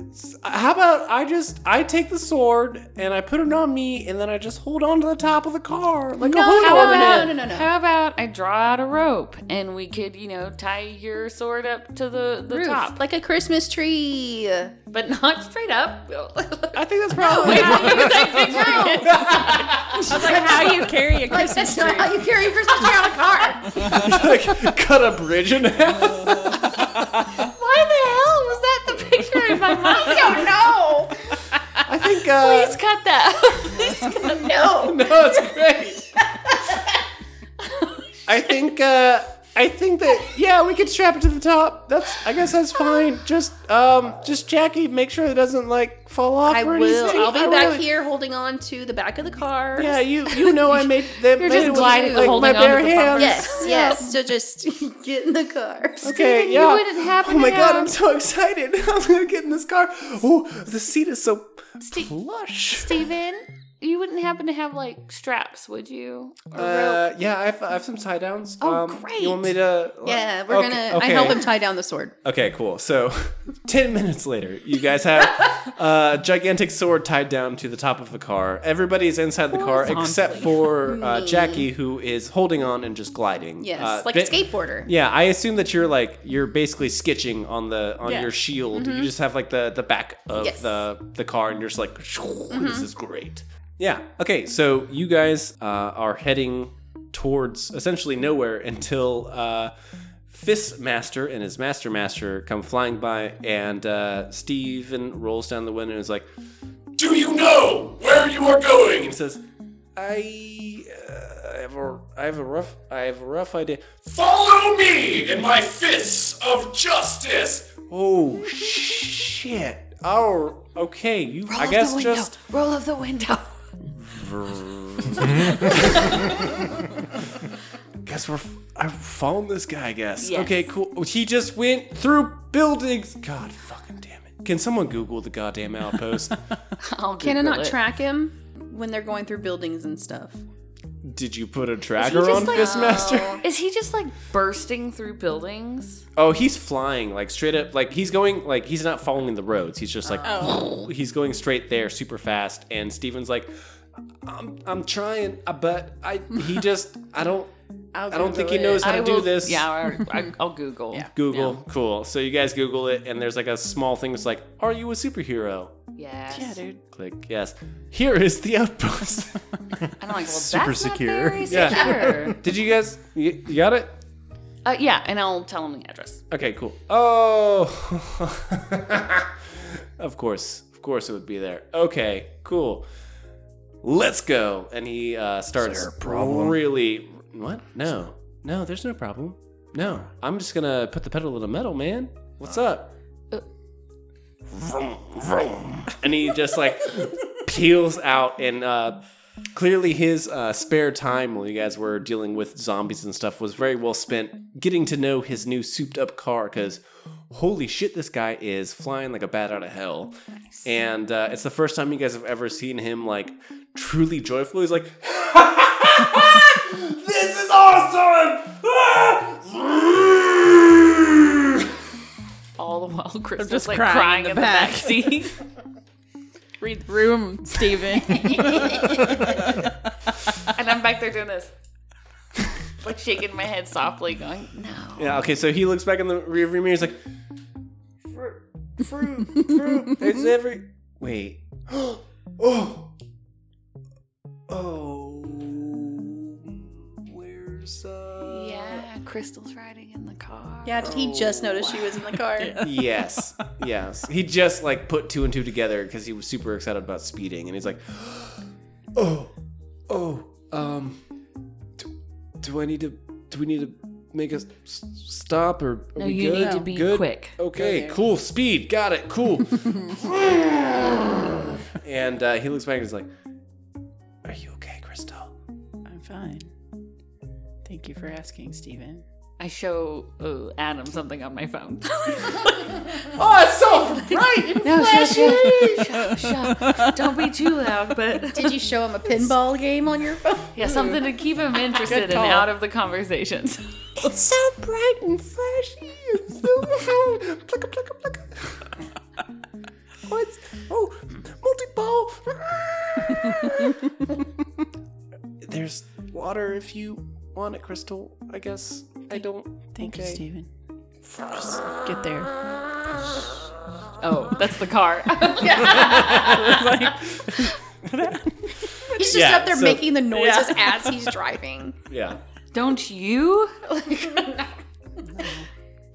[SPEAKER 3] How about I just I take the sword and I put it on me and then I just hold on to the top of the car like a
[SPEAKER 5] no,
[SPEAKER 3] hood
[SPEAKER 6] How
[SPEAKER 3] ornament."
[SPEAKER 6] about,
[SPEAKER 5] no, no, no.
[SPEAKER 6] How about I draw out a rope and we could, you know, tie your sword up to the, the
[SPEAKER 5] Roof,
[SPEAKER 6] top,
[SPEAKER 5] like a Christmas tree.
[SPEAKER 6] but not straight up.
[SPEAKER 3] I think that's probably.
[SPEAKER 4] like how you carry a
[SPEAKER 5] Like that's not how you carry a Christmas tree on a car.
[SPEAKER 3] like, cut a bridge in half.
[SPEAKER 5] Why the hell was that the picture in my mind? I don't know.
[SPEAKER 3] I think. Uh,
[SPEAKER 6] Please cut that.
[SPEAKER 5] No.
[SPEAKER 3] No, it's great. I think. Uh, I think that yeah, we could strap it to the top. That's I guess that's fine. Just um, just Jackie, make sure it doesn't like fall off.
[SPEAKER 5] I
[SPEAKER 3] or
[SPEAKER 5] will.
[SPEAKER 3] anything.
[SPEAKER 5] I'll be
[SPEAKER 3] I
[SPEAKER 5] back
[SPEAKER 3] really-
[SPEAKER 5] here holding on to the back of the car.
[SPEAKER 3] Yeah, you you know I made that. You're
[SPEAKER 6] just gliding- holding onto the bumper.
[SPEAKER 5] Yes, yes. So just get in the car.
[SPEAKER 3] Okay, yeah.
[SPEAKER 6] it happened
[SPEAKER 3] oh my
[SPEAKER 6] to
[SPEAKER 3] god,
[SPEAKER 6] him.
[SPEAKER 3] I'm so excited. I'm gonna get in this car. Oh, the seat is so plush.
[SPEAKER 6] Steven, you wouldn't happen to have like straps, would you? Or rope?
[SPEAKER 3] Uh, yeah, I have, I have some tie downs. Oh, You want
[SPEAKER 6] great.
[SPEAKER 3] me to?
[SPEAKER 5] Yeah, we're
[SPEAKER 3] Okay,
[SPEAKER 5] gonna. I
[SPEAKER 3] okay.
[SPEAKER 5] help him tie down the sword.
[SPEAKER 3] Okay, cool. So, 10 minutes later, you guys have a gigantic sword tied down to the top of the car. Everybody's inside the car except for uh, Jackie, who is holding on and just gliding.
[SPEAKER 5] Yes,
[SPEAKER 3] Uh,
[SPEAKER 5] like
[SPEAKER 3] bit-
[SPEAKER 5] a skateboarder.
[SPEAKER 3] Yeah, I assume that you're like you're basically skitching on the on
[SPEAKER 6] Yeah.
[SPEAKER 3] your shield. You just have like the the back of
[SPEAKER 5] Yes.
[SPEAKER 3] the the car, and you're just like, this is great. Yeah. Okay. So you guys uh, are heading towards essentially nowhere until uh, Fist Master and his Master Master come flying by, and uh, Steven rolls down the window and is like,
[SPEAKER 7] Do you know where you are going?
[SPEAKER 3] and says, I. Uh, I have a, I have a rough, I have a rough idea.
[SPEAKER 7] Follow me in my fists of justice.
[SPEAKER 3] Oh shit! Oh, okay. You, I guess just
[SPEAKER 6] roll of the window.
[SPEAKER 3] guess we're. f- I found this guy. I guess.
[SPEAKER 6] Yes.
[SPEAKER 3] Okay, cool. Oh, He just went through buildings. God fucking damn it! Can someone Google the goddamn outpost?
[SPEAKER 6] I'll
[SPEAKER 5] Can I
[SPEAKER 6] Google
[SPEAKER 5] not
[SPEAKER 6] it.
[SPEAKER 5] track him when they're going through buildings and stuff?
[SPEAKER 3] Did you put a tracker
[SPEAKER 6] just
[SPEAKER 3] on
[SPEAKER 6] like-
[SPEAKER 3] Fistmaster?
[SPEAKER 6] Is he just like bursting through buildings?
[SPEAKER 3] Oh, he's flying like straight up. Like he's going like he's not following the roads. He's just like
[SPEAKER 6] Oh.
[SPEAKER 3] he's going straight there, super fast. And Steven's like, I'm I'm trying, uh, but I he just I don't I don't think he knows how to do this.
[SPEAKER 6] Yeah, I, I, I'll Google. Yeah.
[SPEAKER 3] Google, cool. So you guys Google it, and there's like a small thing that's like, "Are you a superhero?"
[SPEAKER 6] Yes.
[SPEAKER 3] Click yes. Here is the outpost.
[SPEAKER 6] And I'm like, well,
[SPEAKER 1] Super
[SPEAKER 6] that's
[SPEAKER 1] secure.
[SPEAKER 6] Not very
[SPEAKER 3] Yeah.
[SPEAKER 6] secure.
[SPEAKER 3] Did you guys you, you got it?
[SPEAKER 6] uh, yeah, and I'll tell him the address.
[SPEAKER 3] Okay, cool. Oh, of course, of course it would be there. Okay, cool. Let's go. And he uh, starts
[SPEAKER 1] there a problem?
[SPEAKER 3] really. What? No, no, there's no problem. No, I'm just gonna put the pedal to the metal, man. What's up? Vroom, vroom. And he just like peels out and uh, clearly his uh, spare time while you guys were dealing with zombies and stuff was very well spent getting to know his new souped up car because holy shit this guy is flying like a bat out of hell and uh, it's the first time you guys have ever seen him like truly joyful he's like this is awesome
[SPEAKER 6] All the while, Chris
[SPEAKER 4] just
[SPEAKER 6] just like
[SPEAKER 4] crying
[SPEAKER 6] crying, in
[SPEAKER 4] in the
[SPEAKER 6] the
[SPEAKER 4] back.
[SPEAKER 6] back seat.
[SPEAKER 4] Read the room, Steven.
[SPEAKER 6] and I'm back there doing this, but shaking my head softly, going, "No."
[SPEAKER 3] yeah okay so he looks back in the rearview mirror he's like fruit fruit fruit it's every wait Oh. Oh. Where's uh
[SPEAKER 6] Yeah, Crystal's riding in the car.
[SPEAKER 5] Yeah, did he just notice she was in the car?
[SPEAKER 3] Yes. Yes. He just like put two and two together cuz he was super excited about speeding and he's like Oh. Oh. Um do, do I need to do we need to make a s- stop or are
[SPEAKER 6] No,
[SPEAKER 3] we
[SPEAKER 6] you
[SPEAKER 3] good?
[SPEAKER 6] need to be
[SPEAKER 3] Good?
[SPEAKER 6] quick.
[SPEAKER 3] Okay, cool. Speed. Got it. Cool. and uh, he looks back and he's like, Are you okay, Crystal?
[SPEAKER 4] I'm fine. Thank you for asking, Steven.
[SPEAKER 6] I show uh, Adam something on my phone.
[SPEAKER 2] Oh, it's so bright and flashy.
[SPEAKER 6] Don't be too loud, but
[SPEAKER 5] Did you show him a pinball game on your phone?
[SPEAKER 6] yeah, something to keep him interested and
[SPEAKER 2] call.
[SPEAKER 6] out of the conversations.
[SPEAKER 2] it's so bright and flashy. It's so loud. Plucka, plucka, plucka. Oh, it's, oh, multi-ball.
[SPEAKER 3] There's water if you want it, Crystal. I guess I don't.
[SPEAKER 4] Thank you, Steven. Just get there.
[SPEAKER 6] Oh, that's the car.
[SPEAKER 5] He's just
[SPEAKER 3] Yeah,
[SPEAKER 5] up there
[SPEAKER 3] so-
[SPEAKER 5] making the noises as he's driving.
[SPEAKER 3] Yeah.
[SPEAKER 6] Don't you?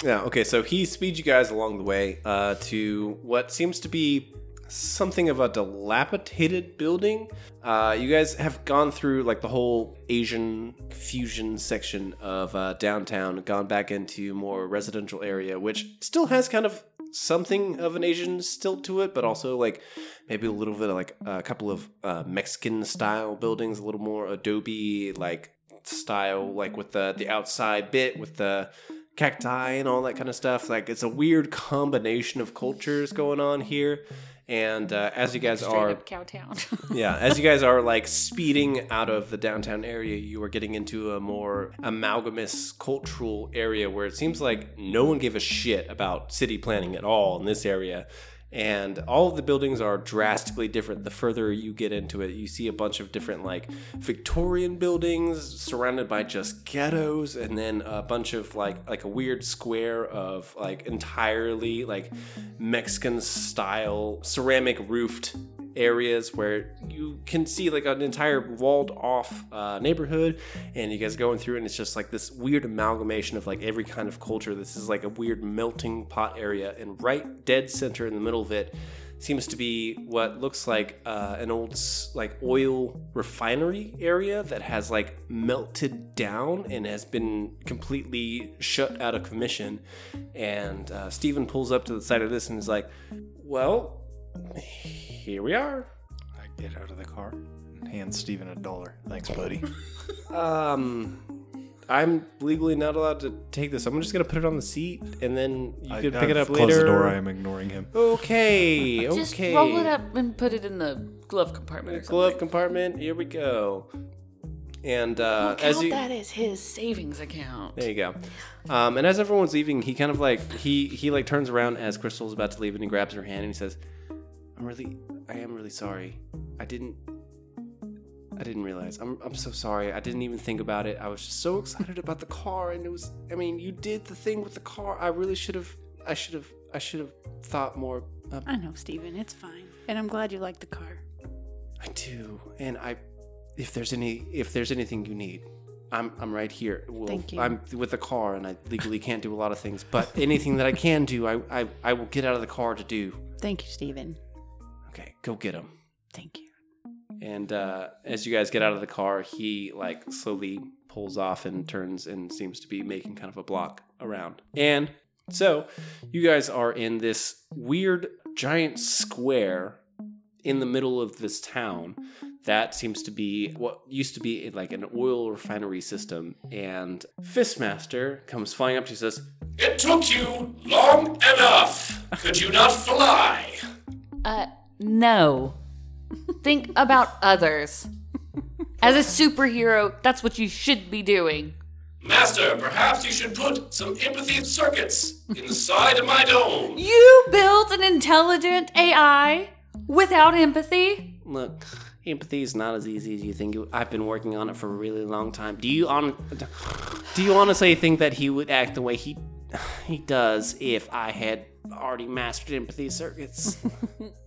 [SPEAKER 3] Yeah. Okay. So he speeds you guys along the way uh, to what seems to be something of a dilapidated building. Uh, you guys have gone through like the whole Asian fusion section of uh, downtown, gone back into more residential area, which still has kind of something of an Asian stilt to it, but also like maybe a little bit of like a couple of uh, Mexican style buildings, a little more adobe like style, like with the the outside bit with the cacti and all that kind of stuff. Like it's a weird combination of cultures going on here. And uh, as you guys
[SPEAKER 6] Straight
[SPEAKER 3] are
[SPEAKER 6] up Cowtown.
[SPEAKER 3] yeah, as you guys are like speeding out of the downtown area, you are getting into a more amalgamous cultural area where it seems like no one gave a shit about city planning at all in this area. And all of the buildings are drastically different the further you get into it. You see a bunch of different, like, Victorian buildings surrounded by just ghettos, and then a bunch of, like, like a weird square of, like, entirely, like, Mexican style ceramic roofed areas where you can see like an entire walled off uh, neighborhood and you guys are going through and it's just like this weird amalgamation of like every kind of culture this is like a weird melting pot area and right dead center in the middle of it seems to be what looks like uh, an old s- like oil refinery area that has like melted down and has been completely shut out of commission and uh, stephen pulls up to the side of this and is like well here we are.
[SPEAKER 1] I get out of the car and hand Steven a dollar. Thanks, buddy.
[SPEAKER 3] Um, I'm legally not allowed to take this. I'm just gonna put it on the seat, and then you
[SPEAKER 1] I-
[SPEAKER 3] can pick
[SPEAKER 1] I've
[SPEAKER 3] it up
[SPEAKER 1] closed
[SPEAKER 3] later.
[SPEAKER 1] the door. I am ignoring him.
[SPEAKER 3] Okay, okay.
[SPEAKER 6] Just roll it up and put it in the glove compartment. Or something.
[SPEAKER 3] Glove compartment. Here we go. And uh, as you,
[SPEAKER 6] that is his savings account.
[SPEAKER 3] There you go. Um, and as everyone's leaving, he kind of like he he like turns around as Crystal's about to leave, and he grabs her hand and he says, "I'm really, I am really sorry. I didn't, I didn't realize. I'm I'm so sorry. I didn't even think about it. I was just so excited about the car, and it was. I mean, you did the thing with the car. I really should have. I should have. I should have thought more. Up.
[SPEAKER 4] I know, Steven. It's fine. And I'm glad you like the car.
[SPEAKER 3] I do. And I, if there's any, if there's anything you need, I'm I'm right here. Well,
[SPEAKER 4] Thank you.
[SPEAKER 3] I'm with a car, and I legally can't do a lot of things, but anything that I can do, I I, I will get out of the car to do.
[SPEAKER 4] Thank you, Steven.
[SPEAKER 3] Okay, go get him.
[SPEAKER 4] Thank you.
[SPEAKER 3] And uh, as you guys get out of the car, he like slowly pulls off and turns and seems to be making kind of a block around. And so you guys are in this weird giant square in the middle of this town that seems to be what used to be like an oil refinery system. And Fistmaster comes flying up to you and says,
[SPEAKER 7] It took you long enough. Could you not fly?
[SPEAKER 6] Uh, no. Think about others. As a superhero, that's what you should be doing.
[SPEAKER 7] Master, perhaps you should put some empathy circuits inside of my dome.
[SPEAKER 6] You built an intelligent AI without empathy?
[SPEAKER 3] Look, empathy is not as easy as you think. it- I've been working on it for a really long time. Do you on? Do you honestly think that he would act the way he he does if I had already mastered empathy circuits?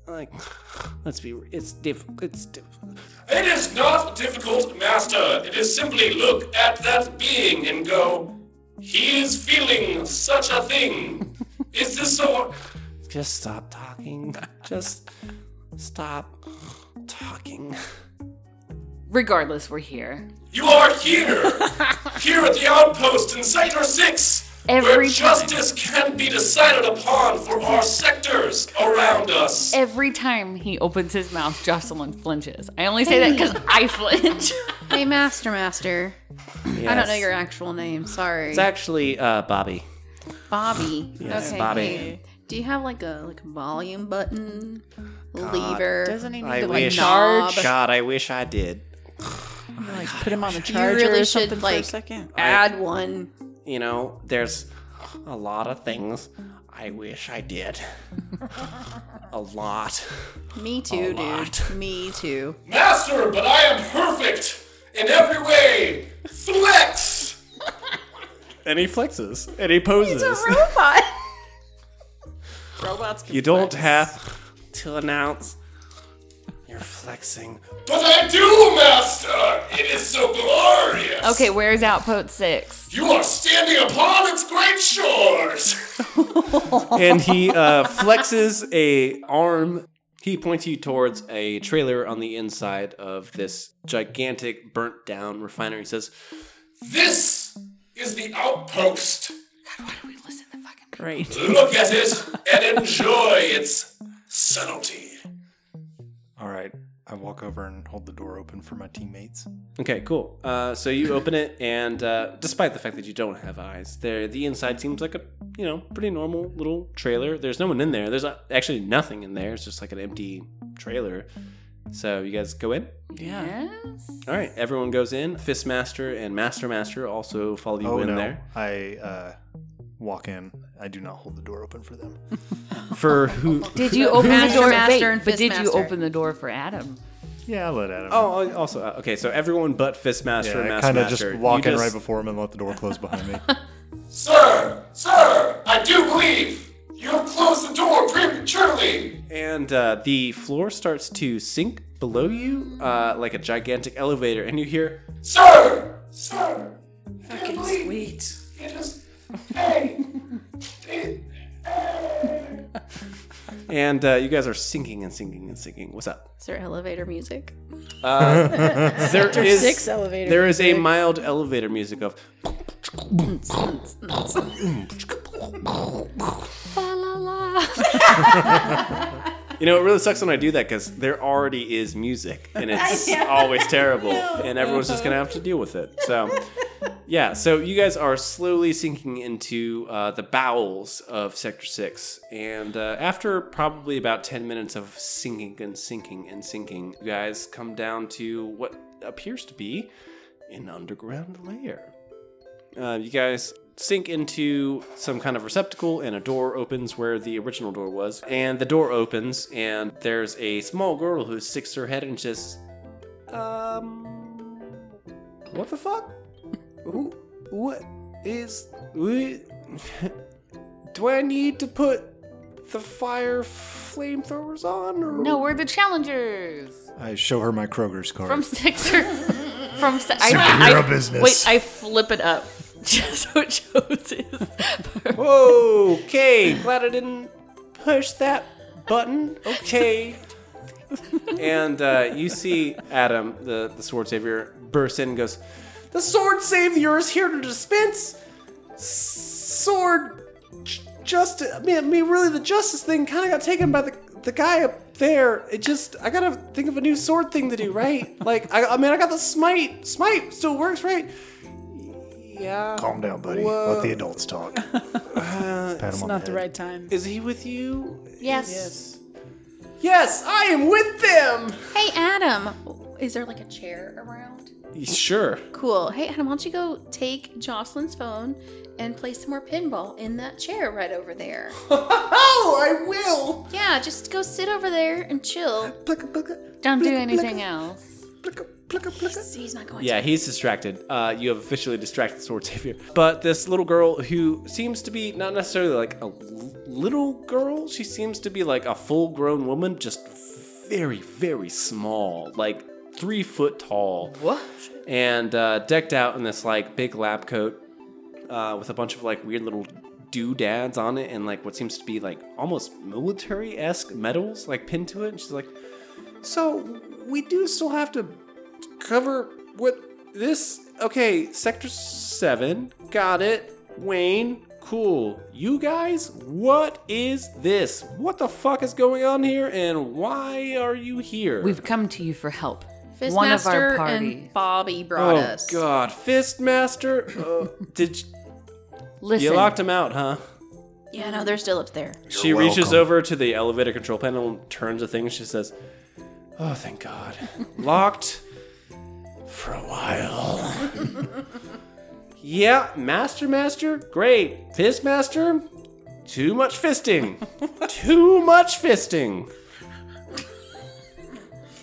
[SPEAKER 3] like, let's be. It's diff. It's diff.
[SPEAKER 7] It is not difficult, Master. It is simply look at that being and go, he is feeling such a thing. Is this so?
[SPEAKER 3] Just stop talking. Just stop talking.
[SPEAKER 6] Regardless, we're here.
[SPEAKER 7] You are here! here at the outpost in Sector 6! where
[SPEAKER 6] every time.
[SPEAKER 7] justice can be decided upon for our sectors around us.
[SPEAKER 6] Every time he opens his mouth, Jocelyn flinches. I only say that because I flinch.
[SPEAKER 5] Hey, Master Master. I don't know
[SPEAKER 3] Yes.
[SPEAKER 5] your actual name. Sorry.
[SPEAKER 3] It's actually uh, Bobby.
[SPEAKER 5] Bobby.
[SPEAKER 3] Yes,
[SPEAKER 5] okay.
[SPEAKER 3] Bobby.
[SPEAKER 5] hey, Do you have like a like a volume button? Lever.
[SPEAKER 2] Doesn't he need
[SPEAKER 3] I
[SPEAKER 2] to like
[SPEAKER 3] wish.
[SPEAKER 2] charge?
[SPEAKER 3] God, I wish I did.
[SPEAKER 2] Like put him on the
[SPEAKER 5] really
[SPEAKER 2] charger or
[SPEAKER 5] should,
[SPEAKER 2] something for a
[SPEAKER 5] like-
[SPEAKER 2] second.
[SPEAKER 5] add one.
[SPEAKER 3] You know, there's a lot of things I wish I did. a lot.
[SPEAKER 5] Me too,
[SPEAKER 3] lot.
[SPEAKER 5] dude. Me too.
[SPEAKER 7] Master, but I am perfect in every way. Flex!
[SPEAKER 3] And he flexes. And he poses.
[SPEAKER 2] Robot.
[SPEAKER 6] Robots can
[SPEAKER 3] you don't have to announce you're flexing.
[SPEAKER 7] But I do, Master! It is so glorious!
[SPEAKER 6] Okay, where's Outpost 6?
[SPEAKER 7] You are standing upon its great shores!
[SPEAKER 3] and he uh, flexes a arm. He points you towards a trailer on the inside of this gigantic burnt down refinery. He says,
[SPEAKER 7] This is the outpost.
[SPEAKER 4] Great.
[SPEAKER 7] Look at it and enjoy its subtlety.
[SPEAKER 1] All right. I walk over and hold the door open for my teammates.
[SPEAKER 3] Okay, cool. Uh, so you open it, and uh, despite the fact that you don't have eyes, there the inside seems like a you know pretty normal little trailer. There's no one in there. There's uh, actually nothing in there. It's just like an empty trailer. So you guys go in.
[SPEAKER 2] Yeah.
[SPEAKER 6] Yes.
[SPEAKER 3] All right, everyone goes in. Fistmaster and Mastermaster also follow you
[SPEAKER 1] oh
[SPEAKER 3] in
[SPEAKER 1] no.
[SPEAKER 3] there.
[SPEAKER 1] I uh, walk in. I do not hold the door open for them.
[SPEAKER 3] For who?
[SPEAKER 6] Did you open the
[SPEAKER 5] Master,
[SPEAKER 6] door?
[SPEAKER 5] master,
[SPEAKER 6] wait,
[SPEAKER 5] and
[SPEAKER 6] but did you
[SPEAKER 5] fistmaster.
[SPEAKER 6] open the door for Adam?
[SPEAKER 1] Yeah, I'll let Adam.
[SPEAKER 3] Oh, I- also uh, okay. So everyone but Fistmaster and
[SPEAKER 1] yeah, I
[SPEAKER 3] Mastermaster.
[SPEAKER 1] kind of just
[SPEAKER 3] you
[SPEAKER 1] walk in
[SPEAKER 3] just-
[SPEAKER 1] right before him and let the door close behind me.
[SPEAKER 7] Sir, sir, I do believe you have closed the door prematurely.
[SPEAKER 3] And uh, the floor starts to sink below you, uh, like a gigantic elevator, and you hear.
[SPEAKER 7] Sir, sir, I do believe it is. Hey, it-
[SPEAKER 3] And uh, you guys are sinking and sinking and sinking. What's up?
[SPEAKER 5] Is there elevator music?
[SPEAKER 3] There is
[SPEAKER 2] Six elevator.
[SPEAKER 3] there is a mild elevator music of. You know, it really sucks when I do that because there already is music, and it's always terrible, and everyone's just gonna have to deal with it. So, yeah. So you guys are slowly sinking into uh, the bowels of Sector Six, and uh, after probably about ten minutes of sinking and sinking and sinking, you guys come down to what appears to be an underground lair. Uh, you guys sink into some kind of receptacle, and a door opens where the original door was. And the door opens, and there's a small girl who sticks her head and says, "Um, what the fuck? Who? What is? wh- Do I need to put the fire flamethrowers on? Or
[SPEAKER 6] No, we're the challengers
[SPEAKER 1] I show her my Kroger's card.
[SPEAKER 6] from Sixer. from Se- I,
[SPEAKER 1] Superhero
[SPEAKER 6] I-
[SPEAKER 1] business.
[SPEAKER 6] Wait, I flip it up just so it shows his.
[SPEAKER 3] Okay, glad I didn't push that button. Okay. and uh, you see Adam, the, the sword savior, bursts in and goes, The sword savior is here to dispense sword justice. I mean, I mean, really, the justice thing kind of got taken by the, the guy up there. It just, I gotta think of a new sword thing to do, right? like, I, I mean, I got the smite. Smite still works, right? Yeah.
[SPEAKER 1] Calm down, buddy.
[SPEAKER 3] Whoa.
[SPEAKER 1] Let the adults talk. Pat him
[SPEAKER 2] It's
[SPEAKER 1] on
[SPEAKER 2] not
[SPEAKER 1] the
[SPEAKER 2] the
[SPEAKER 1] head.
[SPEAKER 2] right time.
[SPEAKER 3] Is he with you?
[SPEAKER 5] Yes.
[SPEAKER 3] Yes, I am with them.
[SPEAKER 5] Hey, Adam. Is there like a chair around?
[SPEAKER 3] Sure.
[SPEAKER 5] Cool. Hey, Adam, why don't you go take Jocelyn's phone and play some more pinball in that chair right over there?
[SPEAKER 3] Oh, I will.
[SPEAKER 5] yeah, just go sit over there and chill.
[SPEAKER 3] Plucka, plucka,
[SPEAKER 6] Don't do anything else.
[SPEAKER 3] plucka, plucka, plucka.
[SPEAKER 5] He's not going.
[SPEAKER 3] Yeah, he's distracted. Uh, you have officially distracted Sword Savior. But this little girl who seems to be not necessarily like a l- little girl, she seems to be like a full grown woman, just very, very small, like three foot tall. What? And uh, decked out in this like big lab coat uh, with a bunch of like weird little doodads on it and like what seems to be like almost military esque medals like pinned to it. And she's like, So we do still have to cover what this. Okay, Sector 7. Got it. Wayne. cool. You guys, what is this? What the fuck is going on here and why are you here?
[SPEAKER 6] We've come to you for help.
[SPEAKER 5] Fistmaster
[SPEAKER 6] One of our party.
[SPEAKER 5] and Bobby brought
[SPEAKER 3] oh
[SPEAKER 5] us.
[SPEAKER 3] god, Fistmaster? Uh, did you,
[SPEAKER 6] Listen,
[SPEAKER 3] you locked him out, huh?
[SPEAKER 5] Yeah, no, they're still up there.
[SPEAKER 3] she reaches over to the elevator control panel and turns the thing. She says, "Oh, thank God, locked for a while." yeah, master, master, great, fist master. Too much fisting. Too much fisting.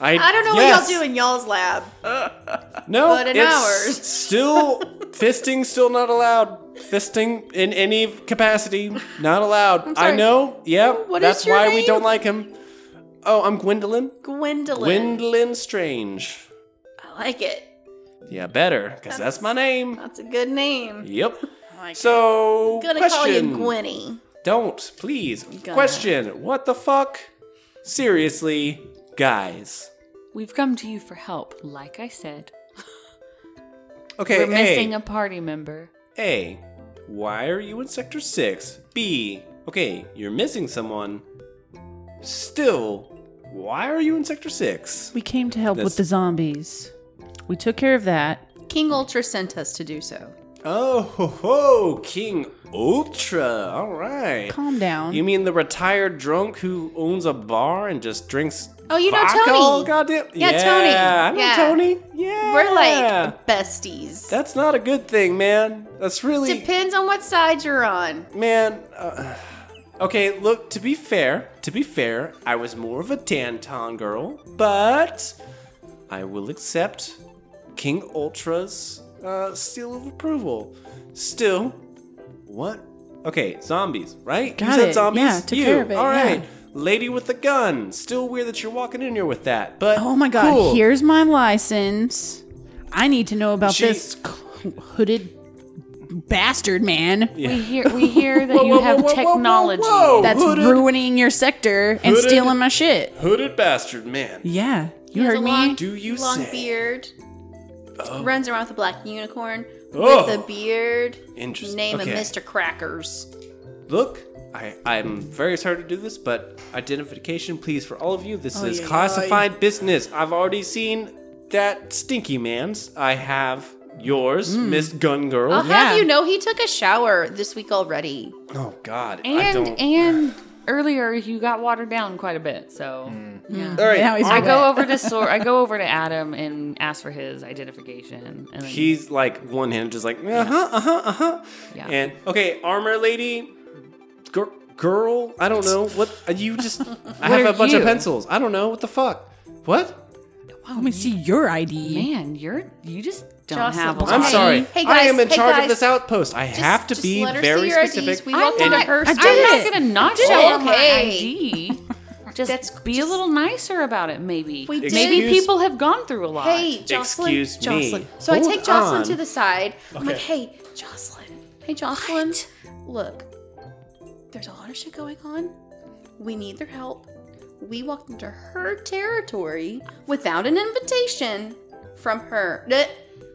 [SPEAKER 5] I don't know
[SPEAKER 3] yes.
[SPEAKER 5] what y'all do in y'all's lab.
[SPEAKER 3] No,
[SPEAKER 5] But in
[SPEAKER 3] it's
[SPEAKER 5] ours.
[SPEAKER 3] still fisting, still not allowed. Fisting in any capacity, not allowed. I
[SPEAKER 5] sorry.
[SPEAKER 3] know. Yeah,
[SPEAKER 5] What is
[SPEAKER 3] that's
[SPEAKER 5] your
[SPEAKER 3] why we
[SPEAKER 5] name?
[SPEAKER 3] don't like him. Oh, I'm Gwendolyn.
[SPEAKER 5] Gwendolyn.
[SPEAKER 3] Gwendolyn Strange.
[SPEAKER 5] I like it.
[SPEAKER 3] Yeah, better, cause that's my name.
[SPEAKER 5] That's a good name.
[SPEAKER 3] Yep. So,
[SPEAKER 5] I'm Oh gonna call you
[SPEAKER 3] question.
[SPEAKER 5] Gwenny.
[SPEAKER 3] Don't, please.
[SPEAKER 5] gonna.
[SPEAKER 3] Question. What the fuck? Seriously, guys.
[SPEAKER 6] we've come to you for help. Like I said,
[SPEAKER 3] Okay,
[SPEAKER 6] we're
[SPEAKER 3] hey.
[SPEAKER 6] missing a party member.
[SPEAKER 3] A. Why are you in Sector 6? B. Okay, you're missing someone. Still, why are you in Sector 6?
[SPEAKER 4] We came to help
[SPEAKER 3] That's-
[SPEAKER 4] with the zombies. We took care of that.
[SPEAKER 5] King Ultra sent us to do so.
[SPEAKER 3] Oh, ho, ho, King Ultra. All right.
[SPEAKER 4] Calm down.
[SPEAKER 3] You mean the retired drunk who owns a bar and just drinks?
[SPEAKER 5] Oh, you know
[SPEAKER 3] vodka
[SPEAKER 5] Tony.
[SPEAKER 3] all Goddamn-
[SPEAKER 5] Yeah, Tony.
[SPEAKER 3] Yeah, I know
[SPEAKER 5] Yeah.
[SPEAKER 3] Tony. Yeah,
[SPEAKER 5] We're like besties.
[SPEAKER 3] that's not a good thing, man. That's really
[SPEAKER 5] Depends on what side you're on.
[SPEAKER 3] Man, uh, okay, look, to be fair, to be fair, I was more of a Danton girl, but I will accept King Ultra's uh, seal of approval. Still, what? Okay, zombies, right? you
[SPEAKER 4] Got
[SPEAKER 3] said
[SPEAKER 4] it,
[SPEAKER 3] zombies?
[SPEAKER 4] yeah, took
[SPEAKER 3] you.
[SPEAKER 4] care of it,
[SPEAKER 3] All
[SPEAKER 4] yeah.
[SPEAKER 3] right. Lady with the gun. Still weird that you're walking in here with that, but
[SPEAKER 4] oh my god,
[SPEAKER 3] cool.
[SPEAKER 4] here's my license. I need to know about
[SPEAKER 3] She-
[SPEAKER 4] this c- hooded bastard man
[SPEAKER 6] We hear we hear that you
[SPEAKER 3] whoa,
[SPEAKER 6] have
[SPEAKER 3] whoa, whoa, whoa,
[SPEAKER 6] technology.
[SPEAKER 3] whoa.
[SPEAKER 4] that's
[SPEAKER 3] Hooded-
[SPEAKER 4] ruining your sector and
[SPEAKER 3] hooded-
[SPEAKER 4] stealing my shit.
[SPEAKER 3] Hooded bastard man.
[SPEAKER 4] Yeah, you
[SPEAKER 5] He has
[SPEAKER 4] heard
[SPEAKER 5] a
[SPEAKER 4] me.
[SPEAKER 5] long-
[SPEAKER 3] Do you
[SPEAKER 5] long
[SPEAKER 3] say?
[SPEAKER 5] beard? Runs around with a black unicorn
[SPEAKER 3] Oh.
[SPEAKER 5] with a beard.
[SPEAKER 3] Interesting.
[SPEAKER 5] Name
[SPEAKER 3] Okay.
[SPEAKER 5] of Mr. Crackers.
[SPEAKER 3] Look, I, I'm very sorry to do this, but identification, please, for all of you.
[SPEAKER 5] Oh,
[SPEAKER 3] This is
[SPEAKER 4] yeah,
[SPEAKER 3] classified business. I've already seen that stinky man's. I have yours,
[SPEAKER 5] Hmm.
[SPEAKER 3] Miss Gun Girl.
[SPEAKER 5] I'll
[SPEAKER 4] yeah.
[SPEAKER 5] have you know he took a shower this week already.
[SPEAKER 3] Oh, God. I
[SPEAKER 6] And
[SPEAKER 3] don't.
[SPEAKER 6] and earlier you got watered down quite a bit, so yeah.
[SPEAKER 3] all right.
[SPEAKER 4] Now he's
[SPEAKER 6] I
[SPEAKER 4] wet.
[SPEAKER 6] go over to Sor- I go over to Adam and ask for his identification. And then
[SPEAKER 3] He's like one hand, just like, uh huh, uh huh, uh huh.
[SPEAKER 6] Yeah.
[SPEAKER 3] And, okay, armor lady, gir- girl, I don't know. What? uh, You just.
[SPEAKER 6] What
[SPEAKER 3] I have a
[SPEAKER 6] are
[SPEAKER 3] bunch of
[SPEAKER 6] you?
[SPEAKER 3] pencils. I don't know. What the fuck? What?
[SPEAKER 4] Let me see your ID.
[SPEAKER 6] man, you're you just don't
[SPEAKER 5] Jocelyn,
[SPEAKER 6] have. A
[SPEAKER 5] I'm
[SPEAKER 6] lot.
[SPEAKER 3] I'm
[SPEAKER 5] Hey,
[SPEAKER 3] sorry.
[SPEAKER 5] hey,
[SPEAKER 3] I
[SPEAKER 5] guys,
[SPEAKER 3] am in
[SPEAKER 5] hey,
[SPEAKER 3] charge of
[SPEAKER 5] guys.
[SPEAKER 3] this outpost. I have to
[SPEAKER 5] just
[SPEAKER 3] be
[SPEAKER 5] let her see
[SPEAKER 3] very
[SPEAKER 5] your IDs.
[SPEAKER 3] specific.
[SPEAKER 5] We
[SPEAKER 3] and-
[SPEAKER 5] walked
[SPEAKER 6] I'm
[SPEAKER 5] into
[SPEAKER 6] not,
[SPEAKER 5] her
[SPEAKER 6] I'm
[SPEAKER 5] space.
[SPEAKER 6] not gonna not
[SPEAKER 5] did
[SPEAKER 6] show
[SPEAKER 5] it.
[SPEAKER 6] them my
[SPEAKER 5] Okay.
[SPEAKER 6] ID. Just
[SPEAKER 5] That's-
[SPEAKER 6] be a
[SPEAKER 5] just-
[SPEAKER 6] little nicer about it, maybe.
[SPEAKER 5] We did-
[SPEAKER 6] maybe
[SPEAKER 3] Excuse-
[SPEAKER 6] people have gone through a lot.
[SPEAKER 5] Hey, Jocelyn.
[SPEAKER 3] Excuse me.
[SPEAKER 5] Jocelyn. So I
[SPEAKER 3] Hold
[SPEAKER 5] take Jocelyn
[SPEAKER 3] on.
[SPEAKER 5] to the side. I'm like, hey, Jocelyn. Hey, Jocelyn. Look, there's a lot of shit going on. We need their help. We walked into her territory without an invitation from her. Duh.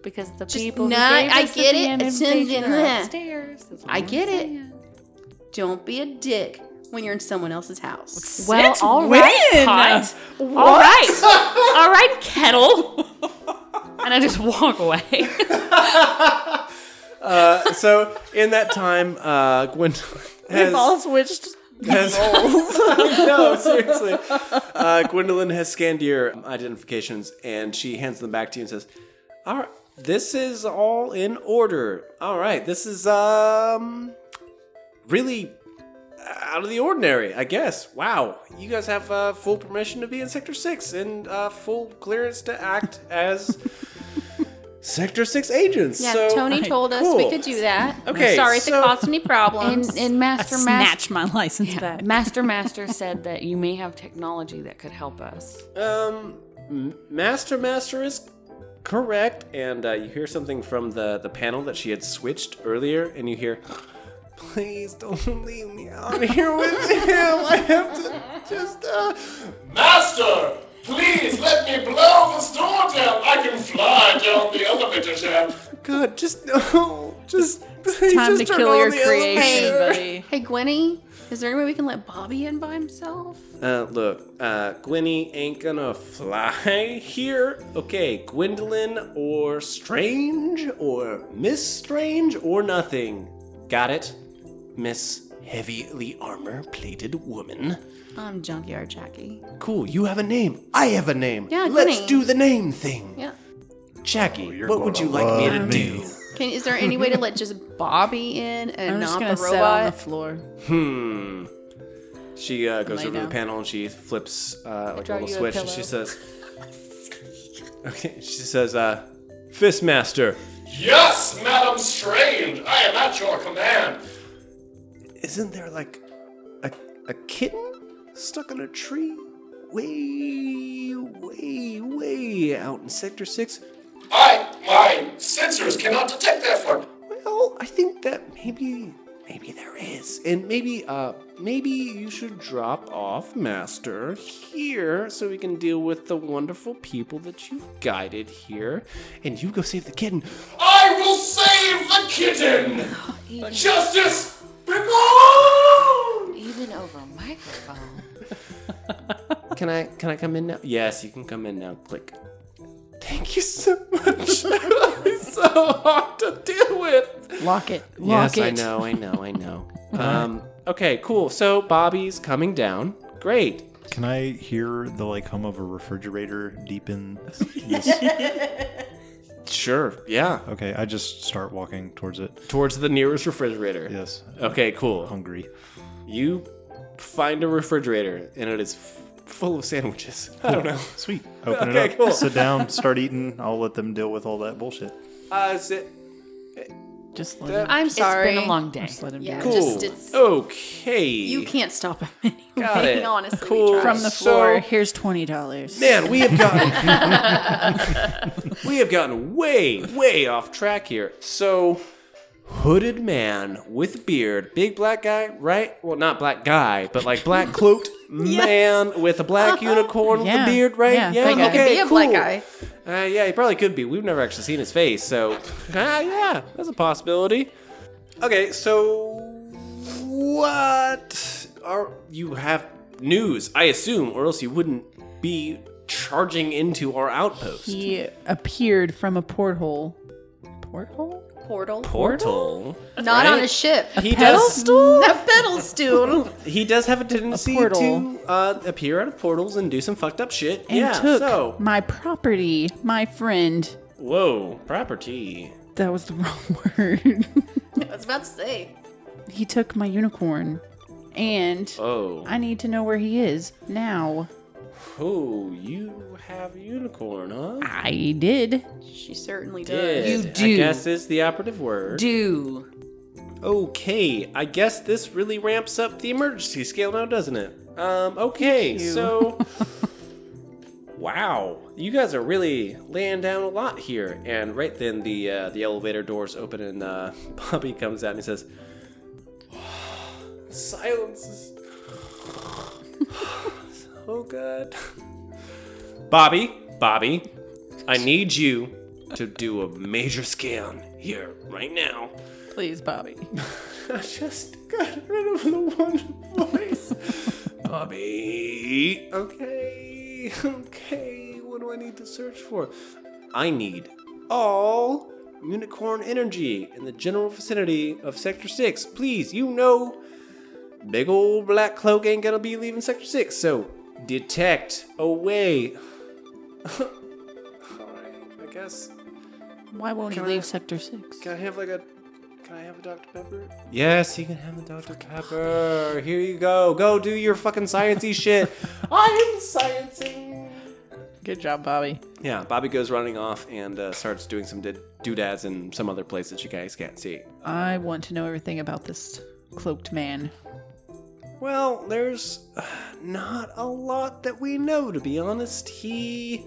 [SPEAKER 6] because the
[SPEAKER 5] Just
[SPEAKER 6] people who
[SPEAKER 5] not-
[SPEAKER 6] gave
[SPEAKER 5] I
[SPEAKER 6] us the
[SPEAKER 5] get it.
[SPEAKER 6] damn
[SPEAKER 5] It's in-
[SPEAKER 6] invitation
[SPEAKER 5] in
[SPEAKER 6] are
[SPEAKER 5] there.
[SPEAKER 6] upstairs. That's all
[SPEAKER 5] I
[SPEAKER 6] I'm
[SPEAKER 5] get it.
[SPEAKER 6] saying.
[SPEAKER 5] Don't be a dick when you're in someone else's house.
[SPEAKER 6] Well,
[SPEAKER 4] Sit
[SPEAKER 6] all right,
[SPEAKER 4] when?
[SPEAKER 6] pot. All right, all right, kettle. And I just walk away.
[SPEAKER 3] Uh, so in that time, uh, Gwendolyn has
[SPEAKER 4] switched.
[SPEAKER 3] has- no, seriously. Uh, Gwendolyn has scanned your identifications and she hands them back to you and says, "All right, this is all in order. All right, this is um really." Out of the ordinary, I guess. Wow, you guys have uh, full permission to be in Sector Six and uh, full clearance to act as Sector Six agents.
[SPEAKER 5] Yeah,
[SPEAKER 3] so,
[SPEAKER 5] Tony told us we
[SPEAKER 3] cool.
[SPEAKER 5] could do that.
[SPEAKER 3] Okay,
[SPEAKER 5] Sorry if
[SPEAKER 3] so-
[SPEAKER 5] it caused any
[SPEAKER 6] And,
[SPEAKER 5] problems.
[SPEAKER 6] and Master Master
[SPEAKER 4] Snatch my license back.
[SPEAKER 6] Master Master said that you may have technology that could help us.
[SPEAKER 3] Um, M- Master Master is correct, and uh, you hear something from the the panel that she had switched earlier, and you hear, "Please don't leave me out here with him. I have to just uh."
[SPEAKER 7] Master, please let me blow this door down. I can fly down the elevator shaft.
[SPEAKER 3] God, just no, just please.
[SPEAKER 6] it's time to
[SPEAKER 3] just turned
[SPEAKER 6] kill
[SPEAKER 3] on
[SPEAKER 6] your
[SPEAKER 3] the elevator.
[SPEAKER 6] creation, buddy.
[SPEAKER 5] Hey, Gwenny, is there any way we can let Bobby in by himself?
[SPEAKER 3] Uh, look, uh, Gwenny ain't gonna fly here. Okay, Gwendolyn or Strange or Miss Strange or nothing. Got it? Miss Heavily Armor Plated Woman.
[SPEAKER 6] Um,
[SPEAKER 5] I'm Junkyard Jackie.
[SPEAKER 3] Cool, you have a name. I have a name.
[SPEAKER 5] Yeah,
[SPEAKER 3] Let's
[SPEAKER 5] Gwenny.
[SPEAKER 3] do the name thing.
[SPEAKER 5] Yeah.
[SPEAKER 3] Jackie, what would you
[SPEAKER 1] Oh, gonna
[SPEAKER 3] like me to
[SPEAKER 1] love
[SPEAKER 3] do?
[SPEAKER 1] me.
[SPEAKER 5] Can is there any way to let just Bobby in and
[SPEAKER 6] I'm just
[SPEAKER 5] not
[SPEAKER 6] gonna
[SPEAKER 5] the
[SPEAKER 6] sit on the
[SPEAKER 5] robot?
[SPEAKER 6] floor.
[SPEAKER 3] Hmm. She uh, goes
[SPEAKER 6] Lay
[SPEAKER 3] over to
[SPEAKER 6] down.
[SPEAKER 3] the panel and she flips uh, like a
[SPEAKER 6] draw
[SPEAKER 3] little
[SPEAKER 6] you a
[SPEAKER 3] switch and she
[SPEAKER 6] pillow.
[SPEAKER 3] says, "Okay." She says, uh, "Fistmaster,
[SPEAKER 7] Yes, Madam Strange, I am at your command.
[SPEAKER 3] isn't there like a a kitten stuck in a tree, way, way, way out in Sector Six?
[SPEAKER 7] I, my sensors cannot detect that one.
[SPEAKER 3] Well, I think that maybe." Maybe there is, and maybe, uh, maybe you should drop off Master here so we can deal with the wonderful people that you've guided here, and you go save the kitten.
[SPEAKER 7] I will save the kitten. Justice belongs.
[SPEAKER 6] Even over a microphone.
[SPEAKER 3] Can I can I come in now? Yes, you can come in now. Click. Thank you so much. it's so hard to deal with.
[SPEAKER 4] Lock it. Lock
[SPEAKER 3] yes,
[SPEAKER 4] it.
[SPEAKER 3] I know, I know, I know. um, okay, cool. So Bobby's coming down. Great.
[SPEAKER 1] Can I hear the like hum of a refrigerator deep in this?
[SPEAKER 3] Sure. Yeah.
[SPEAKER 1] okay, I just start walking towards it.
[SPEAKER 3] Towards the nearest refrigerator.
[SPEAKER 1] Yes.
[SPEAKER 3] Okay, cool.
[SPEAKER 1] Hungry.
[SPEAKER 3] You find a refrigerator and it is f- full of sandwiches. I don't know.
[SPEAKER 1] Sweet. Open
[SPEAKER 3] Okay,
[SPEAKER 1] it up.
[SPEAKER 3] cool.
[SPEAKER 1] Sit down, start eating. I'll let them deal with all that bullshit.
[SPEAKER 3] Uh, is it-
[SPEAKER 6] Just let him,
[SPEAKER 5] I'm sorry.
[SPEAKER 6] It's been a long day.
[SPEAKER 4] Just let him
[SPEAKER 5] Yeah,
[SPEAKER 4] do it.
[SPEAKER 3] cool.
[SPEAKER 5] just it's,
[SPEAKER 3] okay.
[SPEAKER 5] you can't stop him anyway.
[SPEAKER 3] Got it.
[SPEAKER 5] Honestly, we
[SPEAKER 3] Cool.
[SPEAKER 5] tried.
[SPEAKER 4] From the
[SPEAKER 3] So-
[SPEAKER 4] floor, here's twenty dollars.
[SPEAKER 3] Man, we have gotten we have gotten way, way off track here. So, hooded man with beard, big black guy, right? Well, not black guy, but like black cloaked man with a black unicorn
[SPEAKER 4] Yeah.
[SPEAKER 3] with a beard, right?
[SPEAKER 4] Yeah,
[SPEAKER 3] Yeah,
[SPEAKER 4] big guy.
[SPEAKER 3] okay,
[SPEAKER 5] Be a
[SPEAKER 3] cool.
[SPEAKER 5] black guy.
[SPEAKER 3] Uh, yeah, he probably could be. We've never actually seen his face, so ah, yeah, that's a possibility. Okay, so what are you have news? I assume, or else you wouldn't be charging into our outpost.
[SPEAKER 4] He appeared from a porthole. Porthole?
[SPEAKER 5] Portal.
[SPEAKER 3] portal.
[SPEAKER 5] Not on
[SPEAKER 3] right?
[SPEAKER 5] a ship.
[SPEAKER 3] He does.
[SPEAKER 5] stool. A pedal stool.
[SPEAKER 3] He does have a tendency
[SPEAKER 4] portal.
[SPEAKER 3] to uh, appear out of portals and do some fucked up shit.
[SPEAKER 4] And
[SPEAKER 3] yeah.
[SPEAKER 4] took
[SPEAKER 3] So
[SPEAKER 4] my property, my friend.
[SPEAKER 3] whoa, property.
[SPEAKER 4] That was the wrong word.
[SPEAKER 5] I was about to say.
[SPEAKER 4] he took my unicorn. And
[SPEAKER 3] Oh.
[SPEAKER 4] I need to know where he is now.
[SPEAKER 3] Oh, you have unicorn, huh?
[SPEAKER 4] I did.
[SPEAKER 5] She certainly
[SPEAKER 3] Did.
[SPEAKER 5] does.
[SPEAKER 6] You
[SPEAKER 3] I
[SPEAKER 6] do.
[SPEAKER 3] guess is the operative word.
[SPEAKER 6] Do.
[SPEAKER 3] Okay, I guess this really ramps up the emergency scale now, doesn't it? Um, okay, so. wow, you guys are really laying down a lot here. And right then, the uh, the elevator doors open, and uh, Bobby comes out and he says, "Ah, "Silence is so good." Bobby, Bobby, I need you to do a major scan here right now.
[SPEAKER 4] Please, Bobby.
[SPEAKER 3] I just got rid of the one voice. Bobby. Okay. Okay. What do I need to search for? I need all unicorn energy in the general vicinity of Sector 6. Please, you know, big old black cloak ain't gonna be leaving Sector 6. So, detect away. Alright, I guess.
[SPEAKER 4] Why won't
[SPEAKER 3] Can I-
[SPEAKER 4] he leave Sector 6?
[SPEAKER 3] Can I have like a? Can I have a Dr Pepper? Yes, you can have a Dr Pepper. Here you go. Go do your fucking sciencey shit. I am sciencing.
[SPEAKER 4] Good job, Bobby.
[SPEAKER 3] Yeah, Bobby goes running off and uh, starts doing some did- doodads in some other place that you guys can't see.
[SPEAKER 4] I want to know everything about this cloaked man.
[SPEAKER 3] Well, there's uh, not a lot that we know, to be honest. He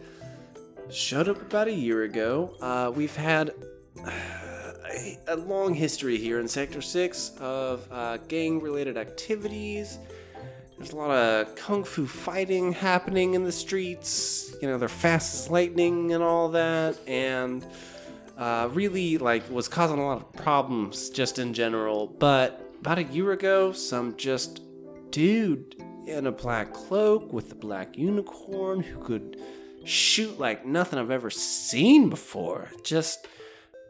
[SPEAKER 3] showed up about a year ago. Uh, we've had uh, a, a long history here in Sector 6 of uh, gang related activities. There's a lot of kung fu fighting happening in the streets. You know, they're fast as lightning and all that. And uh, really like was causing a lot of problems just in general. But about a year ago, some just dude in a black cloak with a black unicorn who could shoot like nothing I've ever seen before just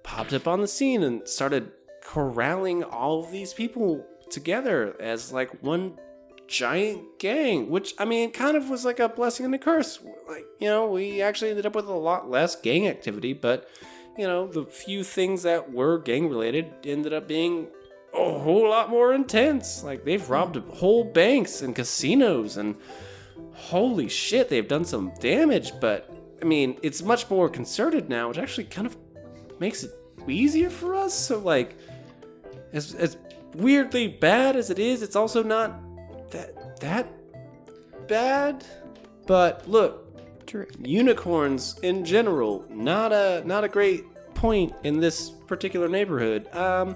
[SPEAKER 3] popped up on the scene and started corralling all of these people together as like one giant gang, which I mean, kind of was like a blessing and a curse. Like, you know, we actually ended up with a lot less gang activity, but you know, the few things that were gang related ended up being a whole lot more intense. Like, they've robbed whole banks and casinos, and holy shit, they've done some damage. But I mean, it's much more concerted now, which actually kind of makes it easier for us. So, like, as, as weirdly bad as it is, it's also not that that bad. But look, unicorns in general, not a not a great point in this particular neighborhood. Um,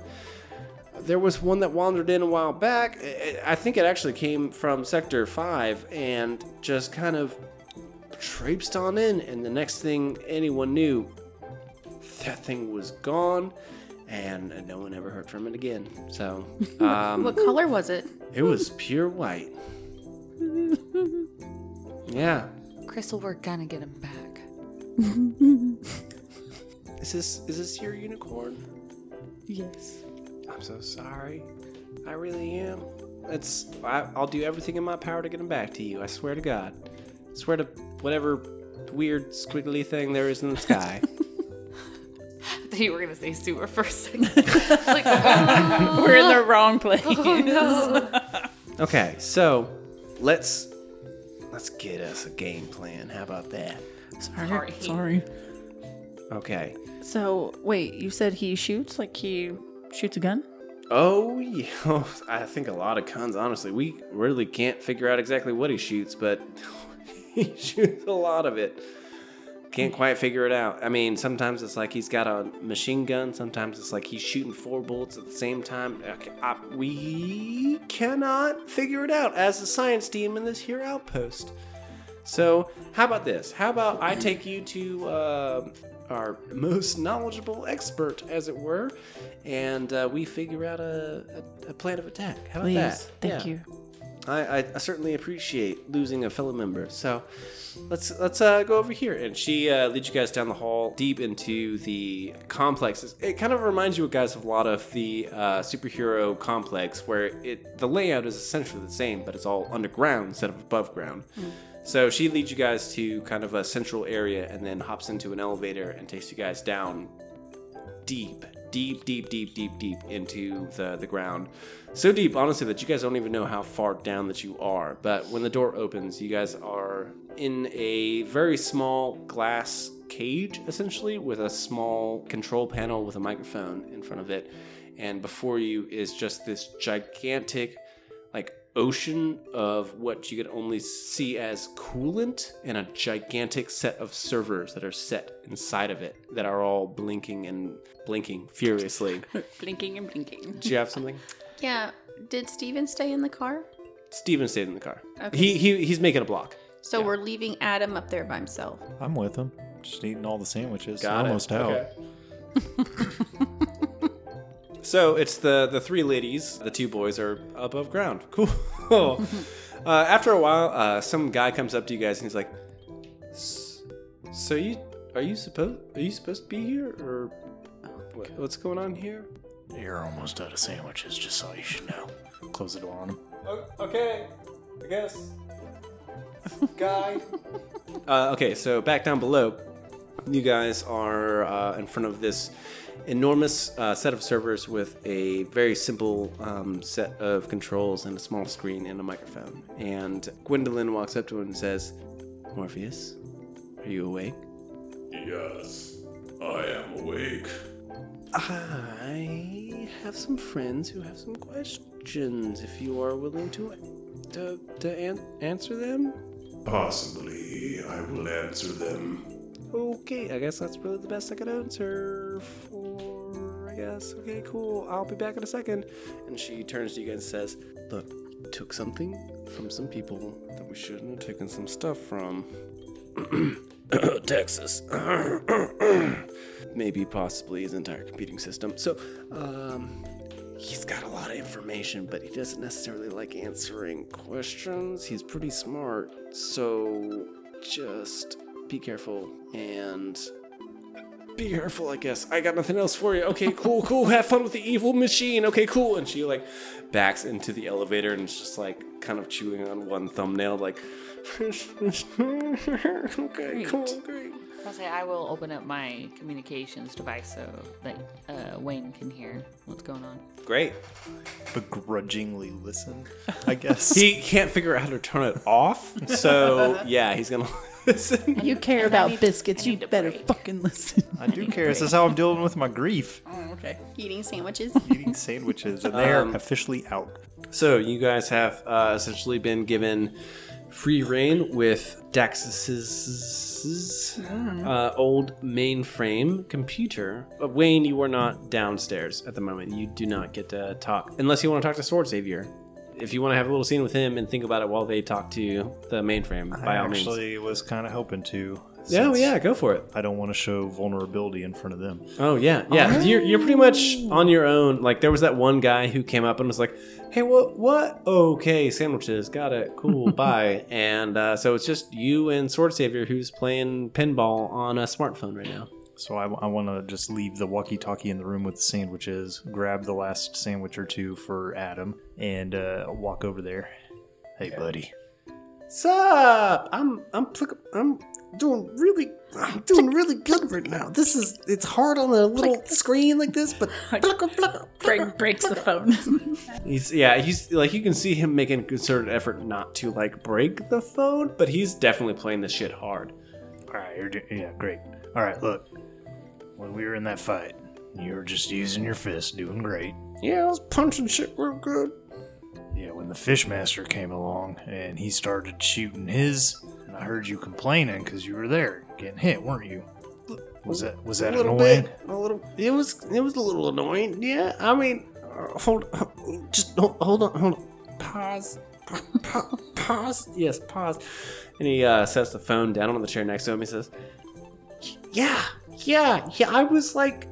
[SPEAKER 3] there was one that wandered in a while back. I- I think it actually came from Sector Five and just kind of traipsed on in. And the next thing anyone knew, that thing was gone. And no one ever heard from it again. So, um,
[SPEAKER 5] What color was it?
[SPEAKER 3] it was pure white. yeah.
[SPEAKER 6] Crystal, we're gonna get him back.
[SPEAKER 3] Is this is this your unicorn?
[SPEAKER 4] Yes.
[SPEAKER 3] I'm so sorry. I really am. It's I, I'll do everything in my power to get him back to you. I swear to God. swear to whatever weird squiggly thing there is in the sky.
[SPEAKER 6] I thought you were gonna say sewer for a second. like, oh,
[SPEAKER 4] We're in the wrong place.
[SPEAKER 6] no.
[SPEAKER 3] okay, so let's let's get us a game plan. How about that?
[SPEAKER 4] Sorry.
[SPEAKER 6] Sorry.
[SPEAKER 4] Sorry.
[SPEAKER 3] Okay.
[SPEAKER 4] So wait, you said he shoots like he shoots a gun?
[SPEAKER 3] Oh, yeah. I think a lot of guns, honestly. We really can't figure out exactly what he shoots, but he shoots a lot of it. Can't quite figure it out. I mean, sometimes it's like he's got a machine gun, sometimes it's like he's shooting four bullets at the same time. Okay, I, we cannot figure it out as the science team in this here outpost. So, how about this? How about I take you to uh, our most knowledgeable expert, as it were, and uh, we figure out a, a, a plan of attack? How about
[SPEAKER 4] Please.
[SPEAKER 3] that?
[SPEAKER 4] Thank
[SPEAKER 3] Yeah.
[SPEAKER 4] you.
[SPEAKER 3] I, I, I certainly appreciate losing a fellow member. So, let's let's uh, go over here, and she uh, leads you guys down the hall, deep into the complexes. It kind of reminds you guys of a lot of the uh, superhero complex, where it the layout is essentially the same, but it's all underground instead of above ground. So she leads you guys to kind of a central area, and then hops into an elevator and takes you guys down deep, deep, deep, deep, deep, deep into the, the ground. So deep, honestly, that you guys don't even know how far down that you are. But when the door opens, you guys are in a very small glass cage, essentially, with a small control panel with a microphone in front of it. And before you is just this gigantic, like, ocean of what you could only see as coolant and a gigantic set of servers that are set inside of it that are all blinking and blinking furiously.
[SPEAKER 6] Blinking and blinking.
[SPEAKER 3] Do you have something?
[SPEAKER 5] Yeah. Did Steven stay in the car?
[SPEAKER 3] Steven stayed in the car.
[SPEAKER 5] Okay.
[SPEAKER 3] He, he he's making a block.
[SPEAKER 5] So we're leaving Adam up there by himself.
[SPEAKER 1] I'm with him. Just eating all the sandwiches.
[SPEAKER 3] Got it.
[SPEAKER 1] almost out.
[SPEAKER 3] Okay. so it's the the three ladies, the two boys are above ground. Cool. uh, after a while, uh, some guy comes up to you guys and he's like, "S- "So you are you supposed are you supposed to be here or what, what's going on here?"
[SPEAKER 1] You're almost out of sandwiches, just so you should know. Close the door on him.
[SPEAKER 3] Okay, I guess. Guy. uh, okay, so back down below, you guys are uh, in front of this enormous uh, set of servers with a very simple um, set of controls and a small screen and a microphone. And Gwendolyn walks up to him and says, Morpheus, are you awake?
[SPEAKER 7] Yes, I am awake.
[SPEAKER 3] I have some friends who have some questions. If you are willing to uh, to, to an- answer them,
[SPEAKER 7] Possibly I will answer them.
[SPEAKER 3] Okay, I guess that's really the best I could answer for. I guess. Okay, cool. I'll be back in a second. And she turns to you guys and says, Look, took something from some people that we shouldn't have taken some stuff from. Texas.
[SPEAKER 2] maybe possibly his entire computing system. So, um, he's got a lot of information, but he doesn't necessarily like answering questions. He's pretty smart, so just be careful and be careful, I guess. I got nothing else for you. Okay, cool, cool. Have fun with the evil machine. Okay, cool. And she like backs into the elevator and is just like kind of chewing on one thumbnail, like. okay, cool, great.
[SPEAKER 6] I'll say I will open up my communications device so that uh, Wayne can hear what's going on.
[SPEAKER 2] Great.
[SPEAKER 8] begrudgingly listen, I guess.
[SPEAKER 2] He can't figure out how to turn it off, so yeah, he's gonna listen.
[SPEAKER 4] You care about biscuits.
[SPEAKER 6] I
[SPEAKER 4] You
[SPEAKER 6] need a
[SPEAKER 4] better
[SPEAKER 6] break.
[SPEAKER 4] fucking listen.
[SPEAKER 8] I do care. This is how I'm dealing with my grief.
[SPEAKER 4] okay.
[SPEAKER 5] Eating sandwiches.
[SPEAKER 8] Eating sandwiches, and they're officially out.
[SPEAKER 2] So you guys have uh, essentially been given free reign with Dax's
[SPEAKER 8] Mm-hmm.
[SPEAKER 2] uh, old mainframe computer. But Wayne, you are not downstairs at the moment. You do not get to talk unless you want to talk to Sword Savior. If you want to have a little scene with him and think about it while they talk to the mainframe, by
[SPEAKER 8] I
[SPEAKER 2] all means.
[SPEAKER 8] actually was kind of hoping to.
[SPEAKER 2] Yeah,
[SPEAKER 8] since
[SPEAKER 2] yeah, go for it.
[SPEAKER 8] I don't want to show vulnerability in front of them.
[SPEAKER 2] Oh yeah, yeah. You're, you're pretty much on your own. Like there was that one guy who came up and was like, "Hey, what? What? Okay, sandwiches. Got it. Cool. bye." And uh, so it's just you and Sword Savior who's playing pinball on a smartphone right now.
[SPEAKER 8] So I, want to just leave the walkie-talkie in the room with the sandwiches, grab the last sandwich or two for Adam, and uh, walk over there. Hey, buddy.
[SPEAKER 2] Sup? Ah, I'm I'm plick- I'm doing really I'm doing really good right now. This is it's hard on a little screen like this, but
[SPEAKER 4] Greg breaks the phone.
[SPEAKER 2] He's yeah, he's like you can see him making a concerted effort not to like break the phone, but he's definitely playing this shit hard.
[SPEAKER 8] All right, you're do- yeah, great. All right, look. When we were in that fight, you were just using your fist, doing great.
[SPEAKER 2] Yeah, I was punching shit real good.
[SPEAKER 8] Yeah, when the fishmaster came along and he started shooting his, and I heard you complaining because you were there getting hit, weren't you? Was that was that
[SPEAKER 2] a little
[SPEAKER 8] annoying?
[SPEAKER 2] bit, a little. It was it was a little annoying. Yeah, I mean, uh, hold, just hold, hold on, hold on, pause, pa- pa- pause. Yes, pause. And he uh, sets the phone down on the chair next to him. He says, "Yeah, yeah, yeah. I was like,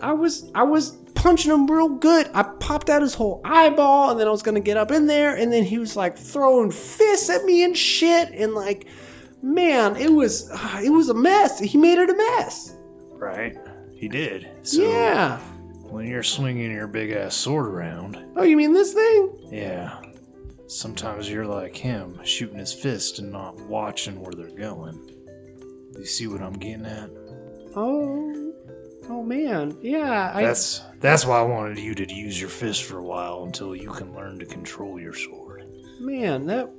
[SPEAKER 2] I was, I was." Punching him real good. I popped out his whole eyeball, and then I was gonna get up in there, and then he was like throwing fists at me and shit, and like, man, it was, uh, it was a mess. He made it a mess.
[SPEAKER 8] Right, he did. So
[SPEAKER 2] Yeah.
[SPEAKER 8] when you're swinging your big ass sword around,
[SPEAKER 2] Oh, you mean this thing?
[SPEAKER 8] Yeah. Sometimes you're like him, shooting his fist and not watching where they're going. You see what I'm getting at?
[SPEAKER 2] Oh. Oh man. Yeah. I,
[SPEAKER 8] That's that's why I wanted you to use your fist for a while until you can learn to control your sword.
[SPEAKER 2] man. That.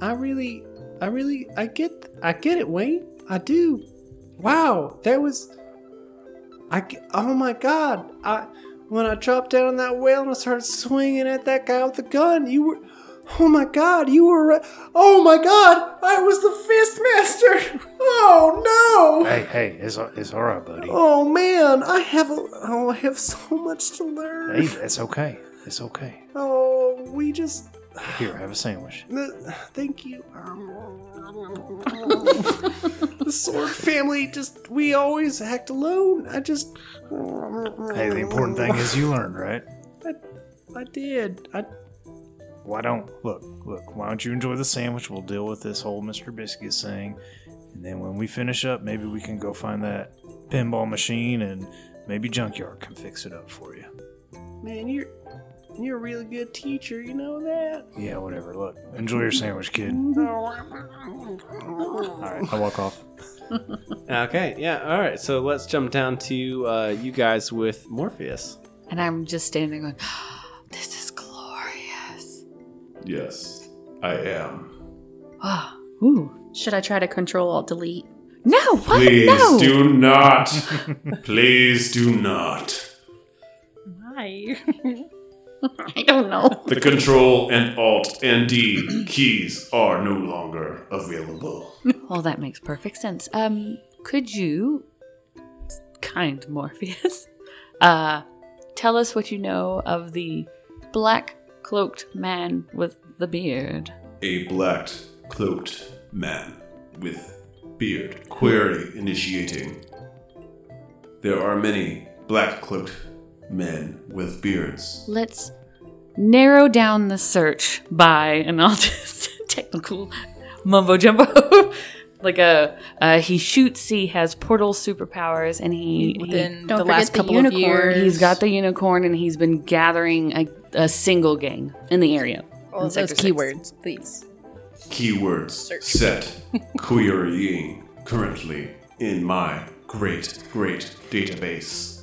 [SPEAKER 2] I really. I really. I get. I get it, Wayne. I do. Wow. That was. I. ge- Oh my God. I. When I dropped down on that whale and I started swinging at that guy with the gun, you were. Oh my God. You were. right- Oh my God. I was the fist master. Oh no.
[SPEAKER 8] Hey, hey, it's a- it's all right, buddy.
[SPEAKER 2] Oh man, I have a, oh, I have so much to
[SPEAKER 8] Hey,
[SPEAKER 2] learn.
[SPEAKER 8] it's okay. It's okay.
[SPEAKER 2] Oh, we just
[SPEAKER 8] Here, have a sandwich.
[SPEAKER 2] th- thank you. the sword family just we always act alone. I just
[SPEAKER 8] Hey, the important thing is you learned, right?
[SPEAKER 2] I did. I
[SPEAKER 8] Why don't look, look? Why don't you enjoy the sandwich? We'll deal with this whole Mr. Biscuit thing, and then when we finish up, maybe we can go find that pinball machine, and maybe Junkyard can fix it up for you.
[SPEAKER 2] man, you're you're a really good teacher. You know that.
[SPEAKER 8] Yeah, whatever. Look, enjoy your sandwich, kid. All right, I walk off.
[SPEAKER 2] Okay. Yeah. All right. So let's jump down to uh, you guys with Morpheus.
[SPEAKER 6] And I'm just standing there going, "This is glorious."
[SPEAKER 9] Yes, I am.
[SPEAKER 6] Ah, ooh.
[SPEAKER 5] Should I try to control alt delete?
[SPEAKER 6] No, what?
[SPEAKER 9] Please
[SPEAKER 6] no.
[SPEAKER 9] do not. Please do not.
[SPEAKER 4] Hi.
[SPEAKER 5] I don't know.
[SPEAKER 9] The control and alt and D keys are no longer available.
[SPEAKER 6] Well, that makes perfect sense. Um, could you, kind Morpheus, uh, tell us what you know of the black cloaked man with the beard?
[SPEAKER 9] A blacked, cloaked man with beard. Query initiating. There are many black cloaked men with beards.
[SPEAKER 6] Let's narrow down the search by, and I'll just technical mumbo jumbo. like a uh, he shoots, he has portal superpowers, and he, he
[SPEAKER 5] Don't
[SPEAKER 10] the
[SPEAKER 5] forget
[SPEAKER 10] last
[SPEAKER 5] the
[SPEAKER 10] couple of
[SPEAKER 5] unicorn.
[SPEAKER 10] years.
[SPEAKER 6] he's got the unicorn, and he's been gathering a, a single gang in the area.
[SPEAKER 10] all of
[SPEAKER 6] in
[SPEAKER 10] those
[SPEAKER 6] Sector Six.
[SPEAKER 10] keywords, please.
[SPEAKER 9] Keywords set querying currently in my great, great database.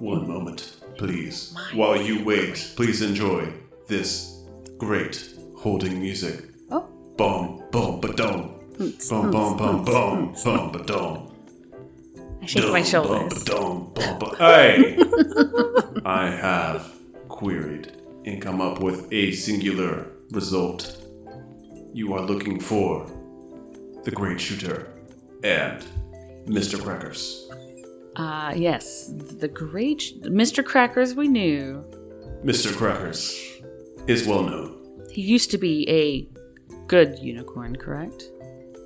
[SPEAKER 9] One moment, please. While you wait, please enjoy this great holding music.
[SPEAKER 6] Oh.
[SPEAKER 9] Boom, boom, ba dum. Boom, boom, boom, boom, boom, ba dum.
[SPEAKER 6] I shake my shoulders.
[SPEAKER 9] Dum, bum, bum, Hey! I have queried and come up with a singular result. You are looking for the Great Shooter and Mr. Crackers.
[SPEAKER 6] Uh, yes, the great sh- Mr. Crackers we knew.
[SPEAKER 9] Mr. Crackers is well known,
[SPEAKER 6] He used to be a good unicorn, correct?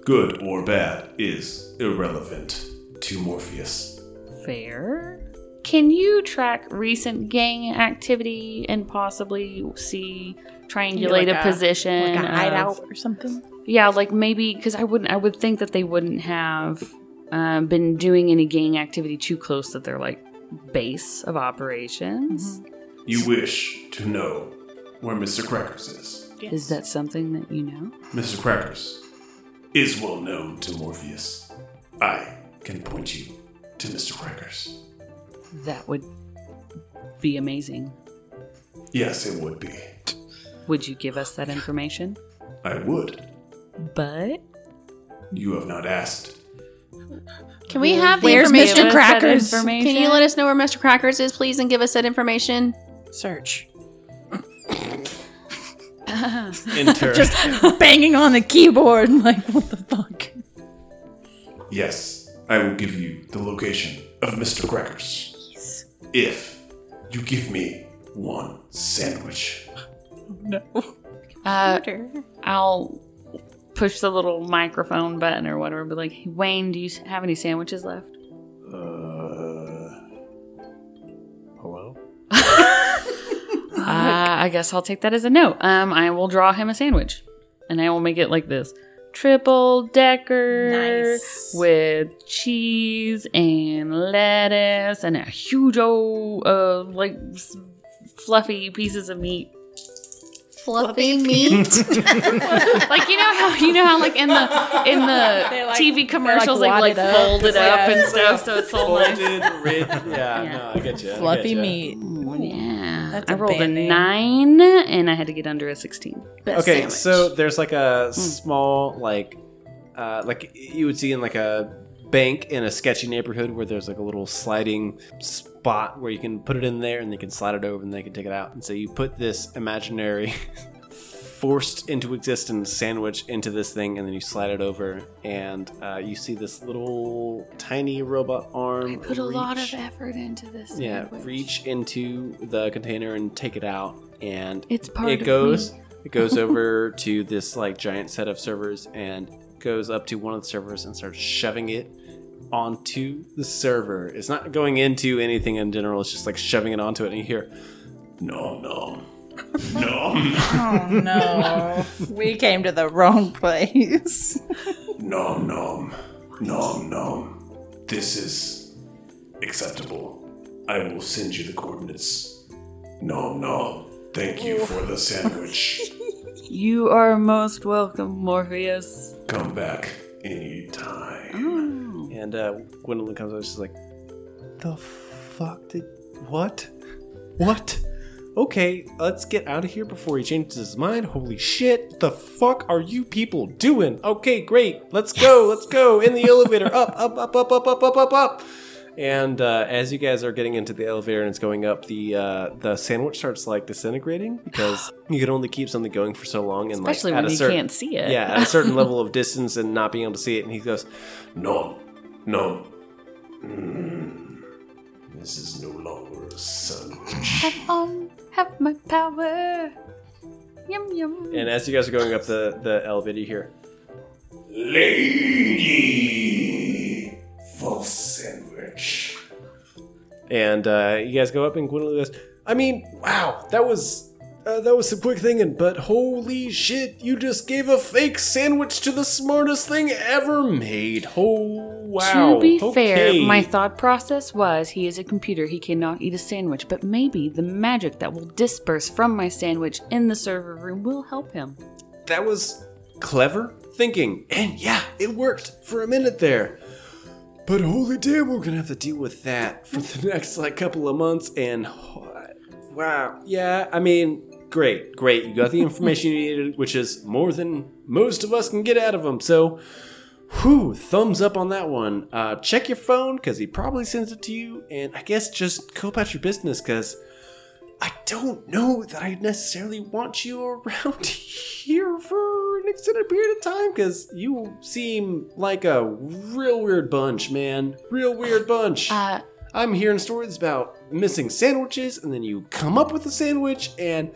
[SPEAKER 9] good or bad, is irrelevant to Morpheus.
[SPEAKER 6] Fair. Can you track recent gang activity and possibly see triangulate a position?
[SPEAKER 10] like a
[SPEAKER 6] of-
[SPEAKER 10] hideout or something.
[SPEAKER 6] Yeah, like maybe because I wouldn't. I would think that they wouldn't have uh, been doing any gang activity too close to their like base of operations.
[SPEAKER 10] Mm-hmm.
[SPEAKER 9] You wish to know where Mr. Crackers is.
[SPEAKER 6] Is that something that you know?
[SPEAKER 9] Mr. Crackers is well known to Morpheus. I can point you to Mr. Crackers.
[SPEAKER 6] That would be amazing.
[SPEAKER 9] Yes, it would be.
[SPEAKER 6] Would you give us that information?
[SPEAKER 9] I would.
[SPEAKER 6] But
[SPEAKER 9] You have not asked.
[SPEAKER 5] Can we have the
[SPEAKER 6] Where's
[SPEAKER 5] information?
[SPEAKER 6] Mr. Crackers?
[SPEAKER 5] Can you let us know where Mr. Crackers is, please, and give us that information?
[SPEAKER 10] Search.
[SPEAKER 3] Enter.
[SPEAKER 10] Banging on the keyboard, like what the fuck?
[SPEAKER 9] Yes, I will give you the location of Mr. Crackers. If you give me one sandwich.
[SPEAKER 6] Uh, I'll push the little microphone button or whatever. And be like, hey, Wayne, do you s- have any sandwiches left?
[SPEAKER 9] Uh,
[SPEAKER 3] Hello?
[SPEAKER 6] Uh, I guess I'll take that as a no. Um, I will draw him a sandwich, and I will make it like this: triple decker
[SPEAKER 10] Nice.
[SPEAKER 6] with cheese and lettuce and a huge old uh, like s- fluffy pieces of meat.
[SPEAKER 5] Fluffy meat.
[SPEAKER 6] like you know how you know how like in the in the
[SPEAKER 10] like-
[SPEAKER 6] TV commercials they
[SPEAKER 10] wad
[SPEAKER 6] like,
[SPEAKER 10] it up.
[SPEAKER 6] fold it up and stuff, so it's all like
[SPEAKER 3] Folded, rid- yeah,
[SPEAKER 6] Yeah.
[SPEAKER 3] no, I get you.
[SPEAKER 10] Fluffy meat.
[SPEAKER 6] Ooh, yeah.
[SPEAKER 10] That's
[SPEAKER 6] I
[SPEAKER 10] a
[SPEAKER 6] rolled a
[SPEAKER 10] band name.
[SPEAKER 6] nine and I had to get under a 16.
[SPEAKER 5] Best
[SPEAKER 3] Okay,
[SPEAKER 5] sandwich.
[SPEAKER 3] so there's like a small, like, uh, like you would see in like a bank in a sketchy neighborhood where there's like a little sliding spot where you can put it in there and they can slide it over and they can take it out. And so you put this imaginary, forced into existence sandwich into this thing and then you slide it over and uh, you see this little tiny robot arm.
[SPEAKER 6] put a lot of
[SPEAKER 3] reach-
[SPEAKER 6] effort into this.
[SPEAKER 3] Yeah, reach into the container and take it out and
[SPEAKER 6] It's part
[SPEAKER 3] it goes it goes over to this like giant set of servers and goes up to one of the servers and starts shoving it onto the server it's not going into anything in general it's just like shoving it onto it and you hear
[SPEAKER 9] nom nom. nom
[SPEAKER 10] Oh no, we came to the wrong place.
[SPEAKER 9] nom nom. Nom nom. This is acceptable. I will send you the coordinates. Nom nom. Thank you for the sandwich.
[SPEAKER 6] You are most welcome, Morpheus.
[SPEAKER 9] Come back anytime.
[SPEAKER 10] Mm.
[SPEAKER 6] Mm.
[SPEAKER 3] and uh gwendolyn comes over she's like the fuck did what what okay let's get out of here before he changes his mind holy shit the fuck are you people doing okay great let's go let's go in the elevator up up up up up up up up up and uh, as you guys are getting into the elevator and it's going up, the uh, the sandwich starts like disintegrating because you can only keep something going for so long, and
[SPEAKER 6] Especially
[SPEAKER 3] like, at
[SPEAKER 6] when
[SPEAKER 3] a
[SPEAKER 6] you
[SPEAKER 3] certain-
[SPEAKER 6] can't see it.
[SPEAKER 3] Yeah, at a certain level of distance and not being able to see it. And he goes,
[SPEAKER 9] No, no. Mm. This is no longer a sandwich.
[SPEAKER 6] Um, have my power. Yum, yum.
[SPEAKER 3] And as you guys are going up the, the elevator, you hear,
[SPEAKER 9] Lady, full sandwich.
[SPEAKER 3] and uh, you guys go up and Gwendolyn goes, "I mean, wow, that was." Uh, that was some quick thinking, but holy shit, you just gave a fake sandwich to the smartest thing ever made. Oh, wow.
[SPEAKER 6] to be fair,
[SPEAKER 3] Okay.
[SPEAKER 6] my thought process was he is a computer, he cannot eat a sandwich, but maybe the magic that will disperse from my sandwich in the server room will help him.
[SPEAKER 3] that was clever thinking. And yeah, it worked for a minute there. But holy damn, we're gonna have to deal with that for the next like couple of months. And oh, wow, yeah, I mean, great, great. You got the information you needed, which is more than most of us can get out of them. So, whew, thumbs up on that one. Uh, check your phone because he probably sends it to you. And I guess just go about your business because I don't know that I necessarily want you around here for an extended period of time because you seem like a real weird bunch, man. Real weird bunch.
[SPEAKER 6] Uh,
[SPEAKER 3] I'm hearing stories about missing sandwiches, and then you come up with a sandwich, and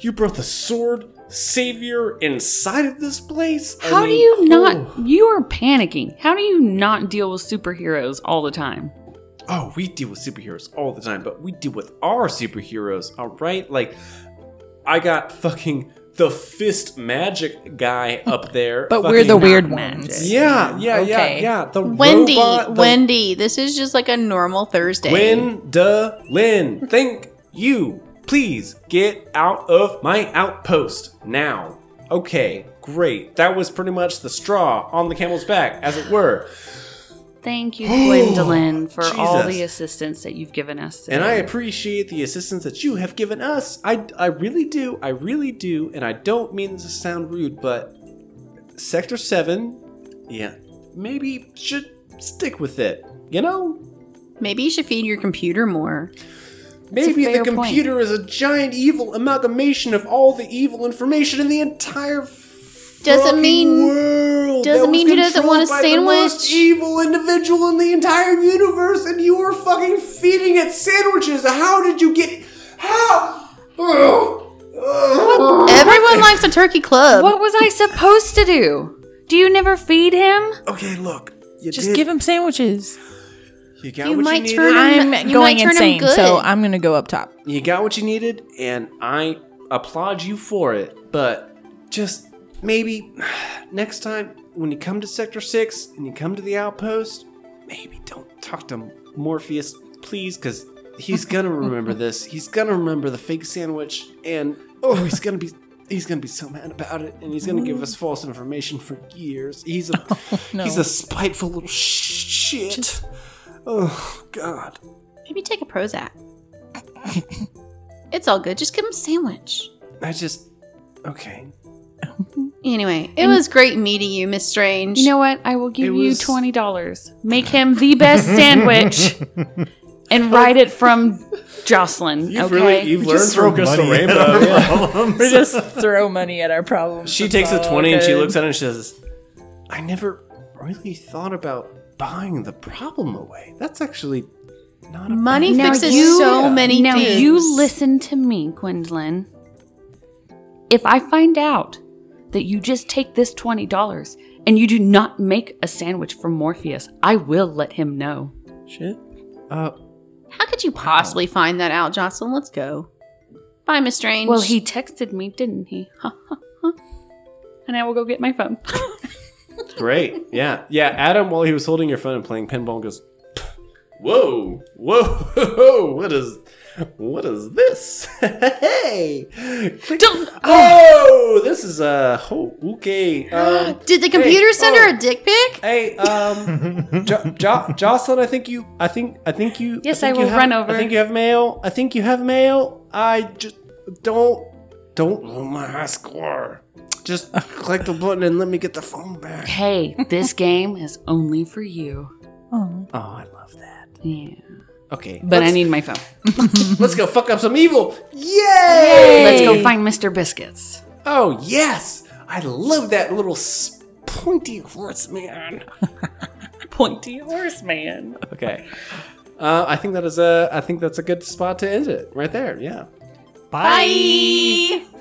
[SPEAKER 3] you brought the sword savior inside of this place. I
[SPEAKER 6] how do
[SPEAKER 3] mean,
[SPEAKER 6] you
[SPEAKER 3] oh.
[SPEAKER 6] not? You are panicking. How do you not deal with superheroes all the time?
[SPEAKER 3] Oh, we deal with superheroes all the time, but we deal with our superheroes, all right? Like, I got fucking the fist magic guy up there.
[SPEAKER 10] But we're the
[SPEAKER 3] fucking-
[SPEAKER 10] weird
[SPEAKER 6] magic.
[SPEAKER 10] ones.
[SPEAKER 3] Yeah, yeah,
[SPEAKER 10] Okay.
[SPEAKER 3] yeah, yeah. The
[SPEAKER 5] Wendy,
[SPEAKER 3] robot, the
[SPEAKER 5] Wendy, this is just like a normal Thursday.
[SPEAKER 3] Gwendolyn, thank you. Please get out of my outpost now. Okay, great. That was pretty much the straw on the camel's back, as it were.
[SPEAKER 6] Thank you, Gwendolyn, for all
[SPEAKER 3] Oh, Jesus.
[SPEAKER 6] the assistance that you've given us.
[SPEAKER 3] And I
[SPEAKER 6] today.
[SPEAKER 3] appreciate the assistance that you have given us. I, I really do. I really do. And I don't mean this to sound rude, but Sector 7, yeah, maybe should stick with it. You know?
[SPEAKER 5] Maybe you should feed your computer more.
[SPEAKER 3] Maybe the
[SPEAKER 6] fair point.
[SPEAKER 3] computer is a giant evil amalgamation of all the evil information in the entire
[SPEAKER 5] Doesn't
[SPEAKER 3] fucking
[SPEAKER 5] mean-
[SPEAKER 3] world.
[SPEAKER 5] doesn't
[SPEAKER 3] that was
[SPEAKER 5] mean he doesn't
[SPEAKER 3] controlled
[SPEAKER 5] want a
[SPEAKER 3] by the most
[SPEAKER 5] sandwich.
[SPEAKER 3] evil individual in the entire universe, and you were fucking feeding it sandwiches. How did you get? How?
[SPEAKER 5] Everyone likes a turkey club.
[SPEAKER 6] what was I supposed to do? Do you never feed him?
[SPEAKER 3] Okay, look. You
[SPEAKER 2] Just
[SPEAKER 3] did-
[SPEAKER 2] give him sandwiches.
[SPEAKER 3] You got
[SPEAKER 5] You
[SPEAKER 3] what
[SPEAKER 5] might
[SPEAKER 3] you needed.
[SPEAKER 5] turn-
[SPEAKER 2] I'm
[SPEAKER 5] You
[SPEAKER 2] going
[SPEAKER 5] might turn him
[SPEAKER 2] insane,
[SPEAKER 5] good.
[SPEAKER 2] so I'm gonna go up top.
[SPEAKER 3] You got what you needed, and I applaud you for it. But just maybe next time when you come to Sector 6 and you come to the outpost, maybe don't talk to Morpheus, please, because he's gonna remember this. He's gonna remember the fake sandwich, and oh, he's gonna be. He's gonna be so mad about it, and he's gonna give us false information for years. He's a he's a spiteful little shit. Oh God!
[SPEAKER 5] Maybe take a Prozac. it's all good. Just give him a sandwich.
[SPEAKER 3] I just okay.
[SPEAKER 5] Anyway, it was great meeting you, Miss Strange.
[SPEAKER 6] You know what? I will give
[SPEAKER 3] It
[SPEAKER 6] you
[SPEAKER 3] was-
[SPEAKER 6] twenty dollars. Make him the best sandwich, and write it from Jocelyn.
[SPEAKER 3] You've
[SPEAKER 6] okay.
[SPEAKER 3] really you've learned
[SPEAKER 1] Just throw
[SPEAKER 3] from Crystal
[SPEAKER 1] money at
[SPEAKER 3] Rainbow.
[SPEAKER 1] our
[SPEAKER 3] Yeah.
[SPEAKER 1] problems.
[SPEAKER 10] We just throw money at our problems.
[SPEAKER 3] She
[SPEAKER 10] It's
[SPEAKER 3] takes a
[SPEAKER 10] all
[SPEAKER 3] twenty and she
[SPEAKER 10] good.
[SPEAKER 3] looks at it and she says, "I never really thought about buying the problem away. That's actually not a
[SPEAKER 5] Money
[SPEAKER 3] bad
[SPEAKER 6] Now
[SPEAKER 5] fixes
[SPEAKER 6] you-
[SPEAKER 5] so many
[SPEAKER 6] now
[SPEAKER 5] things.
[SPEAKER 6] you listen to me, Gwendolyn. If I find out that you just take this twenty dollars and you do not make a sandwich for Morpheus, I will let him know.
[SPEAKER 3] shit. Uh,
[SPEAKER 5] How could you possibly find that out, Jocelyn? Let's go. Bye, Miss Strange.
[SPEAKER 6] Well, he texted me, didn't he? and I will go get my phone.
[SPEAKER 3] great. Yeah, yeah. Adam, while he was holding your phone and playing pinball, goes, "Whoa, whoa, what is, what is this? hey,
[SPEAKER 6] Don't-
[SPEAKER 3] oh, this is a oh, okay." Um,
[SPEAKER 5] did the computer
[SPEAKER 3] Hey,
[SPEAKER 5] send
[SPEAKER 3] oh.
[SPEAKER 5] her a dick pic?
[SPEAKER 3] Hey, um, jo- jo- Jocelyn, I think you, I think, I think you.
[SPEAKER 6] Yes,
[SPEAKER 3] think
[SPEAKER 6] I
[SPEAKER 3] you
[SPEAKER 6] will
[SPEAKER 3] have-
[SPEAKER 6] run over.
[SPEAKER 3] I think you have mail. I think you have mail. I just don't, don't ruin my high score. Just click the button and let me get the phone back.
[SPEAKER 6] Hey, this game is only for you.
[SPEAKER 3] Oh, I love that.
[SPEAKER 6] Yeah.
[SPEAKER 3] Okay,
[SPEAKER 6] But I
[SPEAKER 3] let's-
[SPEAKER 6] need my phone.
[SPEAKER 3] let's go fuck up some evil.
[SPEAKER 6] Let's go find Mr. Biscuits.
[SPEAKER 3] Oh yes, I love that little s- pointy horse man.
[SPEAKER 6] Pointy horseman.
[SPEAKER 3] Okay, uh, I think that is a, I think that's a good spot to end it right there. Yeah.
[SPEAKER 1] Bye.
[SPEAKER 5] Bye.